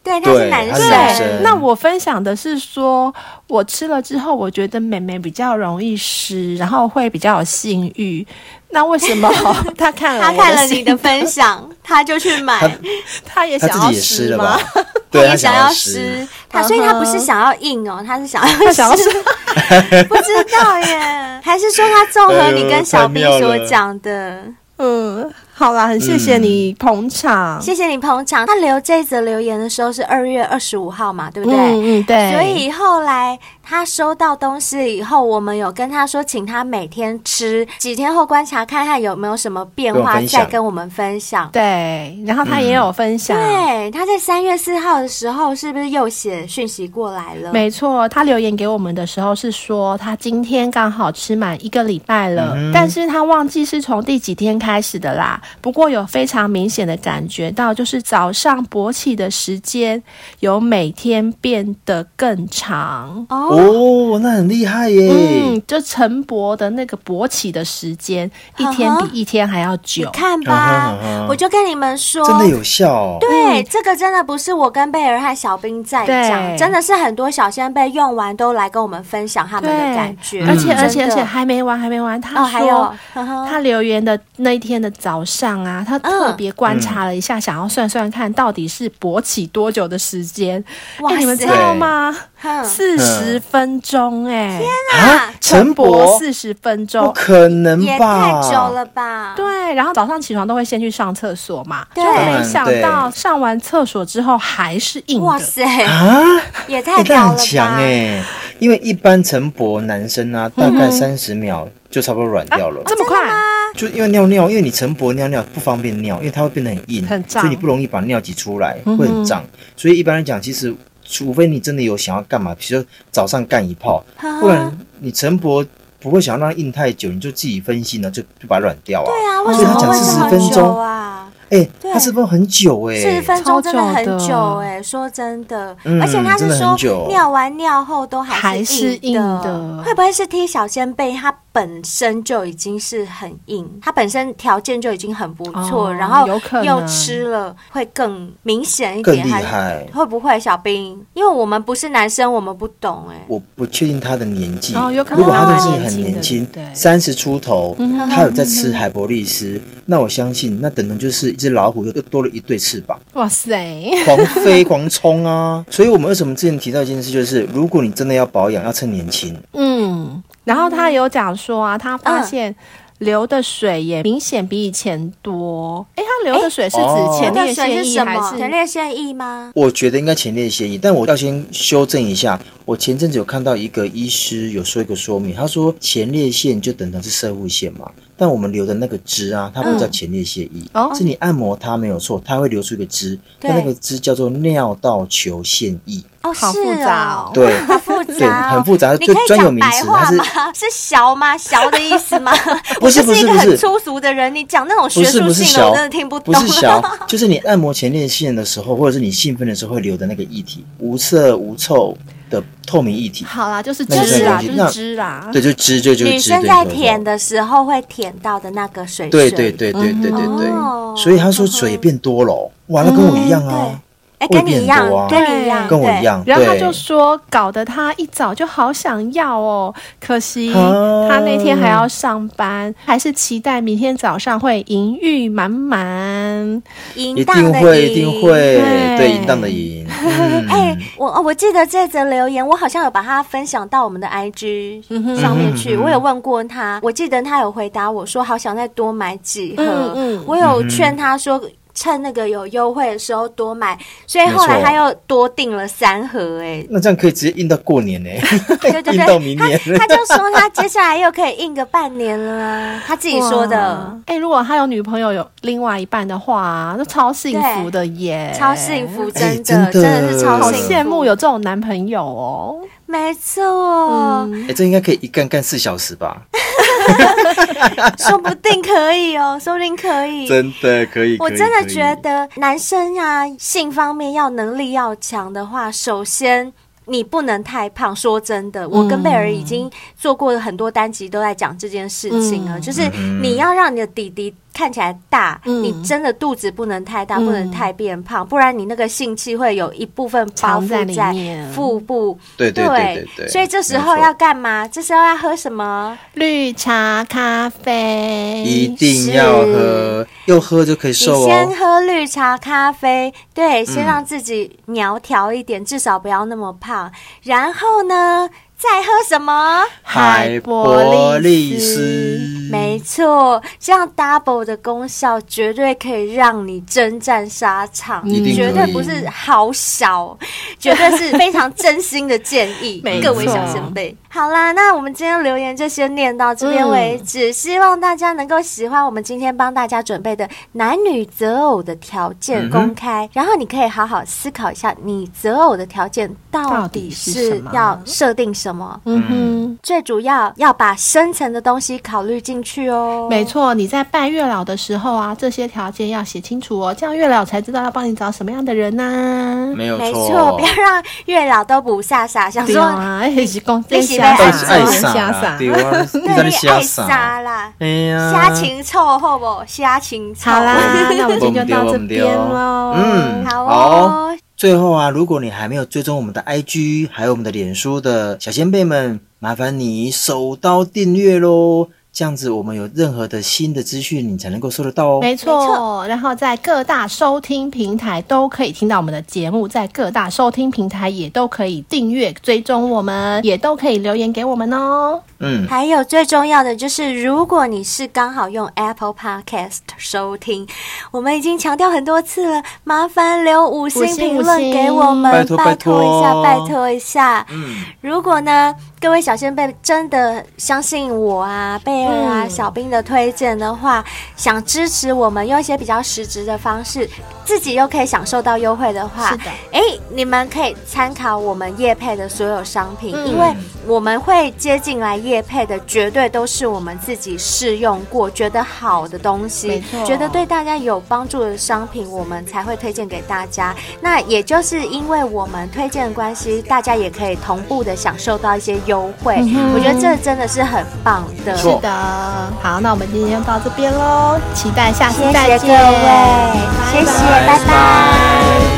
[SPEAKER 1] 对，他是
[SPEAKER 5] 对
[SPEAKER 1] 男
[SPEAKER 5] 他是男
[SPEAKER 1] 生，
[SPEAKER 5] 生
[SPEAKER 2] 那我分享的是说，我吃了之后，我觉得美眉比较容易湿，然后会比较有性欲。那为什
[SPEAKER 1] (laughs)
[SPEAKER 2] 么他看了
[SPEAKER 1] 他
[SPEAKER 2] 我
[SPEAKER 1] 看了你
[SPEAKER 2] 信
[SPEAKER 1] 的分享，他就去
[SPEAKER 5] 他
[SPEAKER 1] 买。
[SPEAKER 2] 他也
[SPEAKER 5] 他
[SPEAKER 2] 想
[SPEAKER 5] 自
[SPEAKER 2] 要
[SPEAKER 5] 己也湿
[SPEAKER 2] 湿
[SPEAKER 5] 了
[SPEAKER 2] 吗 (laughs)
[SPEAKER 5] 吧？？对，
[SPEAKER 1] 也
[SPEAKER 5] 他
[SPEAKER 1] 想
[SPEAKER 5] 要湿
[SPEAKER 1] 湿，，他所以他不是想要硬哦，他是想要
[SPEAKER 2] 嗯他想
[SPEAKER 1] (laughs)
[SPEAKER 2] 要湿
[SPEAKER 1] 不知道
[SPEAKER 5] (laughs)
[SPEAKER 1] 耶，还是说他综合
[SPEAKER 5] 哎
[SPEAKER 1] 你跟小兵所讲的？
[SPEAKER 2] 嗯，好啦，很谢谢你捧场，
[SPEAKER 1] 嗯谢谢你捧场。他留这则留言的时候是二月二十五号嘛，对不对？
[SPEAKER 2] 嗯嗯对，
[SPEAKER 1] 所以后来他收到东西以后，我们有跟他说，请他每天吃，几天后观察看看有没有什么变
[SPEAKER 5] 跟我
[SPEAKER 1] 化，
[SPEAKER 5] 分享
[SPEAKER 1] 再跟我们分享。
[SPEAKER 2] 对，然后他也有分享。
[SPEAKER 1] 对，他在三月四号的时候，是不是又写讯息过来了？
[SPEAKER 2] 没错，他留言给我们的时候是说，他今天刚好吃满一个礼拜了，但是他忘记是从第几天开始的啦，不过有非常明显的感觉到，就是早上勃起的时间有每天变得更长。
[SPEAKER 1] 哦，
[SPEAKER 5] 哦，那很厉害耶！
[SPEAKER 2] 嗯，就晨勃的那个勃起的时间，一天比一天还要
[SPEAKER 1] 啊你
[SPEAKER 2] 久。
[SPEAKER 1] 看
[SPEAKER 5] 啊哈
[SPEAKER 1] 吧
[SPEAKER 5] 啊哈，
[SPEAKER 1] 我就跟你们说，
[SPEAKER 5] 真的有效哦。
[SPEAKER 1] 对，这个真的不是我跟贝尔和小兵在讲，
[SPEAKER 2] 对
[SPEAKER 1] 真的是很多小先辈用完都来跟我们分享他们的感觉，
[SPEAKER 2] 而且而且而
[SPEAKER 1] 真
[SPEAKER 2] 且
[SPEAKER 1] 的
[SPEAKER 2] 还没完，还没完。他
[SPEAKER 1] 哦，
[SPEAKER 2] 说，
[SPEAKER 1] 还有呵呵
[SPEAKER 2] 他留言的那一天的早上啊，他特别观察了一下，想要算算看到底是勃起多久的时间。
[SPEAKER 1] 哇
[SPEAKER 2] 哎，你们
[SPEAKER 1] 塞嗯
[SPEAKER 2] 知道吗？
[SPEAKER 1] 哼
[SPEAKER 2] 四十分钟哎、
[SPEAKER 5] 啊，陈博
[SPEAKER 2] 四十分
[SPEAKER 5] 不
[SPEAKER 2] 钟。
[SPEAKER 5] 可能
[SPEAKER 1] 也太
[SPEAKER 5] 吧？
[SPEAKER 1] 久了吧？
[SPEAKER 2] 对，然后早上起床都会先去上厕所嘛，
[SPEAKER 1] 对
[SPEAKER 2] 就没想到上完厕所之后还是硬
[SPEAKER 1] 哇
[SPEAKER 2] 的，
[SPEAKER 1] 塞， (laughs)
[SPEAKER 5] 啊！
[SPEAKER 1] 也
[SPEAKER 5] 欸
[SPEAKER 1] 太
[SPEAKER 5] 他
[SPEAKER 1] 高了
[SPEAKER 5] 很强
[SPEAKER 1] 吧？
[SPEAKER 5] 哎、因为一般晨勃男生啊，大概三十秒就差不多软掉了，
[SPEAKER 2] 这么快，
[SPEAKER 5] 就因为尿尿，因为你晨勃尿尿不方便尿，因为它会变得很硬，
[SPEAKER 2] 很胀
[SPEAKER 5] 所以你不容易把尿挤出来，
[SPEAKER 2] 嗯哼
[SPEAKER 5] 会很胀。所以一般来讲，其实除非你真的有想要干嘛，比如说早上干一炮，
[SPEAKER 1] 呵
[SPEAKER 2] 啊
[SPEAKER 5] 不然你晨勃不会想要让它硬太久，你就自己分析呢，就就把它软掉啊。
[SPEAKER 1] 对啊，为什
[SPEAKER 5] 所以他
[SPEAKER 1] 么
[SPEAKER 5] 讲
[SPEAKER 1] 会这
[SPEAKER 5] 四
[SPEAKER 1] 么
[SPEAKER 5] 十分
[SPEAKER 1] 久
[SPEAKER 5] 钟，
[SPEAKER 1] 啊？
[SPEAKER 5] 哎、
[SPEAKER 1] 对
[SPEAKER 5] 它是不是很久哎、
[SPEAKER 1] 四十分钟真的很
[SPEAKER 2] 超久
[SPEAKER 1] 久
[SPEAKER 2] 的
[SPEAKER 1] 哎、说真的，
[SPEAKER 5] 嗯
[SPEAKER 1] 而且他是
[SPEAKER 5] 真的
[SPEAKER 1] 说
[SPEAKER 5] 很久
[SPEAKER 1] 尿完尿后都还
[SPEAKER 2] 还
[SPEAKER 1] 是
[SPEAKER 2] 是
[SPEAKER 1] 硬
[SPEAKER 2] 硬的
[SPEAKER 1] 会不会是踢小仙贝？他本身就已经是很硬，他本身条件就已经很不错，
[SPEAKER 2] 哦
[SPEAKER 1] 然后
[SPEAKER 2] 有可能
[SPEAKER 1] 又吃了会更明显一
[SPEAKER 5] 更
[SPEAKER 1] 点，
[SPEAKER 5] 厉
[SPEAKER 1] 还是
[SPEAKER 5] 害。
[SPEAKER 1] 会不会小兵？因为我们不是男生，我们不懂哎、
[SPEAKER 5] 我不确定他的年纪，
[SPEAKER 2] 哦有可能
[SPEAKER 5] 如果他的
[SPEAKER 2] 他
[SPEAKER 5] 自己
[SPEAKER 2] 蛮
[SPEAKER 5] 很
[SPEAKER 2] 年
[SPEAKER 5] 年
[SPEAKER 2] 轻
[SPEAKER 5] 轻
[SPEAKER 2] 的对，
[SPEAKER 5] 三十出头，
[SPEAKER 2] 嗯
[SPEAKER 5] 他有在吃海博利斯，那我相信那等同就是一只老虎又又多了一对翅膀，
[SPEAKER 2] 哇塞，
[SPEAKER 5] 狂飞狂冲啊！所以我们为什么之前提到一件事，就是如果你真的要保养，要趁年轻，
[SPEAKER 2] 嗯，然后他有讲说啊，他发
[SPEAKER 1] 嗯
[SPEAKER 2] 现流的水也明显比以前多。诶，他流的水是
[SPEAKER 5] 哦
[SPEAKER 2] 指前
[SPEAKER 1] 那个
[SPEAKER 2] 列
[SPEAKER 1] 水
[SPEAKER 2] 腺
[SPEAKER 1] 是
[SPEAKER 2] 液
[SPEAKER 1] 什
[SPEAKER 2] 还
[SPEAKER 1] 么？
[SPEAKER 2] 是
[SPEAKER 1] 前列腺液吗？
[SPEAKER 5] 我觉得应该前列腺液，但我要先修正一下，我前阵子有看到一个医师有说一个说明，他说前列腺就等同是射护腺嘛。但我们流的那个汁
[SPEAKER 1] 嗯
[SPEAKER 5] 啊，它不叫前列腺液，
[SPEAKER 2] 哦
[SPEAKER 5] 是你按摩它没有错，它会流出一个汁，
[SPEAKER 1] 对
[SPEAKER 5] 但那个汁叫做尿道球腺液，
[SPEAKER 1] 哦，
[SPEAKER 2] 好
[SPEAKER 1] 是
[SPEAKER 2] 复杂
[SPEAKER 1] 哦
[SPEAKER 2] 哦，
[SPEAKER 5] 对
[SPEAKER 1] 好复
[SPEAKER 5] 对，
[SPEAKER 1] 杂、哦，
[SPEAKER 5] 很复杂，
[SPEAKER 1] 你
[SPEAKER 5] 就
[SPEAKER 1] 可以
[SPEAKER 5] 专有
[SPEAKER 1] 讲
[SPEAKER 5] 名
[SPEAKER 1] 白
[SPEAKER 5] 词，
[SPEAKER 1] 话
[SPEAKER 5] 它是
[SPEAKER 1] 吗？ (laughs) 是小吗？小的意思
[SPEAKER 5] (laughs)
[SPEAKER 1] 吗？
[SPEAKER 5] 不是
[SPEAKER 1] 我就是一
[SPEAKER 5] 不
[SPEAKER 1] 个
[SPEAKER 5] 是不
[SPEAKER 1] 很
[SPEAKER 5] 是
[SPEAKER 1] 粗俗的人，你讲那种学
[SPEAKER 5] 不是
[SPEAKER 1] 术
[SPEAKER 5] 不是
[SPEAKER 1] 性的，
[SPEAKER 5] 小
[SPEAKER 1] 我真的听懂。
[SPEAKER 5] 不是
[SPEAKER 1] (laughs)
[SPEAKER 5] 小，就是你按摩前列腺的时候，或者是你兴奋的时候会流的那个液体，无色无臭的透明液体，
[SPEAKER 2] 好啦，就是
[SPEAKER 5] 那就
[SPEAKER 2] 汁啦，
[SPEAKER 5] 是
[SPEAKER 2] 就
[SPEAKER 5] 那
[SPEAKER 2] 是汁啦。
[SPEAKER 5] 对，就汁，就就
[SPEAKER 1] 女
[SPEAKER 5] 汁，对
[SPEAKER 1] 生在
[SPEAKER 5] 对对
[SPEAKER 1] 舔的时候会舔到的那个水
[SPEAKER 5] 对
[SPEAKER 1] 水，
[SPEAKER 5] 对对对对对对
[SPEAKER 1] 哦，
[SPEAKER 5] 所以他说水也变多了哦，哇，那跟我一样啊，
[SPEAKER 1] 哎，
[SPEAKER 5] 会
[SPEAKER 1] 跟你
[SPEAKER 5] 变
[SPEAKER 1] 一样
[SPEAKER 5] 多，啊
[SPEAKER 1] 跟你一样，
[SPEAKER 5] 跟我
[SPEAKER 1] 嗯对
[SPEAKER 5] 一。样，
[SPEAKER 2] 然后他
[SPEAKER 5] 对
[SPEAKER 2] 就说，搞得他一早就好想要哦，可惜
[SPEAKER 5] 啊
[SPEAKER 2] 他那天还要上班，还是期待明天早上会淫欲满满。
[SPEAKER 1] 淫
[SPEAKER 5] 一
[SPEAKER 1] 荡的
[SPEAKER 5] 定会
[SPEAKER 1] 淫
[SPEAKER 5] 一定会，对，
[SPEAKER 2] 对
[SPEAKER 5] 淫荡的淫，嗯
[SPEAKER 1] 哎、我哦我记得这则留言，我好像有把它分享到我们的
[SPEAKER 5] 嗯
[SPEAKER 1] IG 上面去。我有问过他，我记得他有回答我说，好想再多买几盒。
[SPEAKER 2] 嗯嗯
[SPEAKER 1] 我有劝他说。趁那个有优惠的时候多买，所以后来
[SPEAKER 5] 没错
[SPEAKER 1] 他又多订了三盒、
[SPEAKER 5] (laughs) 那这样可以直接印到过
[SPEAKER 1] (laughs)
[SPEAKER 5] 年呢，
[SPEAKER 1] 哎，对对
[SPEAKER 5] 印
[SPEAKER 1] 对，
[SPEAKER 5] 到明年，
[SPEAKER 1] 他他就说他接下来又可以印个半年了啊，他自己说的
[SPEAKER 2] 哇，。哎、如果他有女朋友有另外一半的话、那超幸福的耶，
[SPEAKER 1] 超幸福，真的，
[SPEAKER 5] 哎真的
[SPEAKER 1] 真的是超
[SPEAKER 2] 好
[SPEAKER 1] 幸福，
[SPEAKER 2] 羡慕有这种男朋友哦。
[SPEAKER 1] 没错，嗯
[SPEAKER 5] 哎，这应该可以一干干四小时吧？
[SPEAKER 1] 哎说不定可以哦，说不定可以，
[SPEAKER 5] (laughs) 真的可以，
[SPEAKER 1] 我
[SPEAKER 5] 可以
[SPEAKER 1] 真
[SPEAKER 5] 可
[SPEAKER 1] 的
[SPEAKER 5] 以
[SPEAKER 1] 觉得男生啊，性方面要能力要强的话，首先。你不能太胖，说真
[SPEAKER 2] 嗯
[SPEAKER 1] 的，我跟贝尔已经做过很多单集，都在讲这件事情了。
[SPEAKER 2] 嗯
[SPEAKER 1] 就是你要让你的弟弟看起来大，
[SPEAKER 2] 嗯
[SPEAKER 1] 你真的肚子不能太大，
[SPEAKER 2] 嗯
[SPEAKER 1] 不能太变胖，不然你那个性器会有一部分包
[SPEAKER 2] 藏在
[SPEAKER 1] 覆
[SPEAKER 2] 里
[SPEAKER 1] 在
[SPEAKER 2] 面
[SPEAKER 1] 腹部。
[SPEAKER 5] 对对对对对
[SPEAKER 1] 所以这时候
[SPEAKER 5] 没错
[SPEAKER 1] 要干嘛？这时候要喝什么？
[SPEAKER 2] 绿茶咖
[SPEAKER 1] 哎
[SPEAKER 2] 啡，
[SPEAKER 5] 一定要喝，又喝就可以
[SPEAKER 1] 你
[SPEAKER 5] 瘦
[SPEAKER 1] 先
[SPEAKER 5] 哦。嗯
[SPEAKER 1] 喝绿茶咖啡，对，先让自己苗条一点，至少不要那么胖。然后呢，再喝什么？
[SPEAKER 5] 海博利斯，
[SPEAKER 1] 没错，这样 double 的功效绝对可以让你征战沙场，
[SPEAKER 5] 一定
[SPEAKER 1] 绝
[SPEAKER 5] 可
[SPEAKER 1] 对
[SPEAKER 5] 以
[SPEAKER 1] 不是好小，绝对是非常真心的建议
[SPEAKER 2] 没，
[SPEAKER 1] 各位
[SPEAKER 2] 错
[SPEAKER 1] 小先辈。好啦，那我们今天留言就先念到这边
[SPEAKER 2] 嗯
[SPEAKER 1] 为止，希望大家能够喜欢我们今天帮大家准备的男女择偶的条件公开，然后你可以好好思考一下，你择偶的条件到
[SPEAKER 2] 到
[SPEAKER 1] 底
[SPEAKER 2] 底是
[SPEAKER 1] 是
[SPEAKER 2] 什么
[SPEAKER 1] 要设定什么。
[SPEAKER 2] 嗯哼，
[SPEAKER 1] 最主要要把深层的东西考虑进进去哦。
[SPEAKER 2] 没错，你在拜月老的时候啊，这些条件要写清楚哦，这样月老才知道要帮你找什么样的人啊呐、
[SPEAKER 5] 没有
[SPEAKER 1] 没错，不要让月老都不下傻，想
[SPEAKER 2] 对
[SPEAKER 1] 说、
[SPEAKER 2] 啊，一起讲这
[SPEAKER 1] 你是要
[SPEAKER 2] 瞎
[SPEAKER 5] 爱
[SPEAKER 1] 爱
[SPEAKER 2] 撒
[SPEAKER 5] 爱
[SPEAKER 2] 这
[SPEAKER 5] 傻
[SPEAKER 2] 瞎 (laughs)
[SPEAKER 5] 啦，
[SPEAKER 2] 撒
[SPEAKER 5] 对啊，你
[SPEAKER 1] 对
[SPEAKER 5] 在那
[SPEAKER 1] 你
[SPEAKER 5] 瞎
[SPEAKER 1] 爱
[SPEAKER 5] 傻
[SPEAKER 1] 傻，啦，
[SPEAKER 5] 哎呀，
[SPEAKER 1] 瞎情臭好不？瞎情臭。
[SPEAKER 2] 好啦，那我们今天就到这
[SPEAKER 5] 我们
[SPEAKER 2] 边喽。
[SPEAKER 5] 嗯，
[SPEAKER 1] 好
[SPEAKER 5] 好。
[SPEAKER 1] 哦，
[SPEAKER 5] 最后啊，如果你还没有追踪我们的 IG，还有我们的脸书的小先辈们，麻烦你手刀订阅喽！这样子，我们有任何的新的资讯，你才能够收得到哦。
[SPEAKER 2] 没
[SPEAKER 1] 没
[SPEAKER 2] 错
[SPEAKER 1] 错，
[SPEAKER 2] 然后在各大收听平台都可以听到我们的节目，在各大收听平台也都可以订阅、追踪我们，也都可以留言给我们哦。
[SPEAKER 5] 嗯，
[SPEAKER 1] 还有最重要的就是，如果你是刚好用 Apple Podcast 收听，我们已经强调很多次了，麻烦留五
[SPEAKER 2] 五
[SPEAKER 1] 星
[SPEAKER 2] 星
[SPEAKER 1] 评论
[SPEAKER 2] 五星
[SPEAKER 1] 给我们，
[SPEAKER 5] 拜托
[SPEAKER 1] 拜托一下，
[SPEAKER 5] 拜
[SPEAKER 1] 拜
[SPEAKER 5] 托
[SPEAKER 1] 托一下。如果呢，各位小先辈真的相信我啊、贝尔啊、
[SPEAKER 2] 嗯
[SPEAKER 1] 小兵的推荐的话，想支持我们用一些比较实质的方式，自己又可以享受到优惠的话，
[SPEAKER 2] 是的
[SPEAKER 1] 哎，你们可以参考我们叶配的所有商品，
[SPEAKER 2] 嗯
[SPEAKER 1] 因为我们会接进来叶配的，绝对都是我们自己试用过、觉得好的东
[SPEAKER 2] 没
[SPEAKER 1] 西
[SPEAKER 2] 错，
[SPEAKER 1] 觉得对大家有帮助的商品，我们才会推荐给大家。那也就是因为我们推荐的关系，大家也可以同步的享受到一些优惠。
[SPEAKER 2] 嗯哼
[SPEAKER 1] 我觉得这真的是很棒的，
[SPEAKER 5] 是
[SPEAKER 2] 是的，好，那我们今天就到这边喽，期待下次
[SPEAKER 1] 谢
[SPEAKER 2] 再
[SPEAKER 1] 谢
[SPEAKER 2] 见，
[SPEAKER 1] 各位，谢谢，拜拜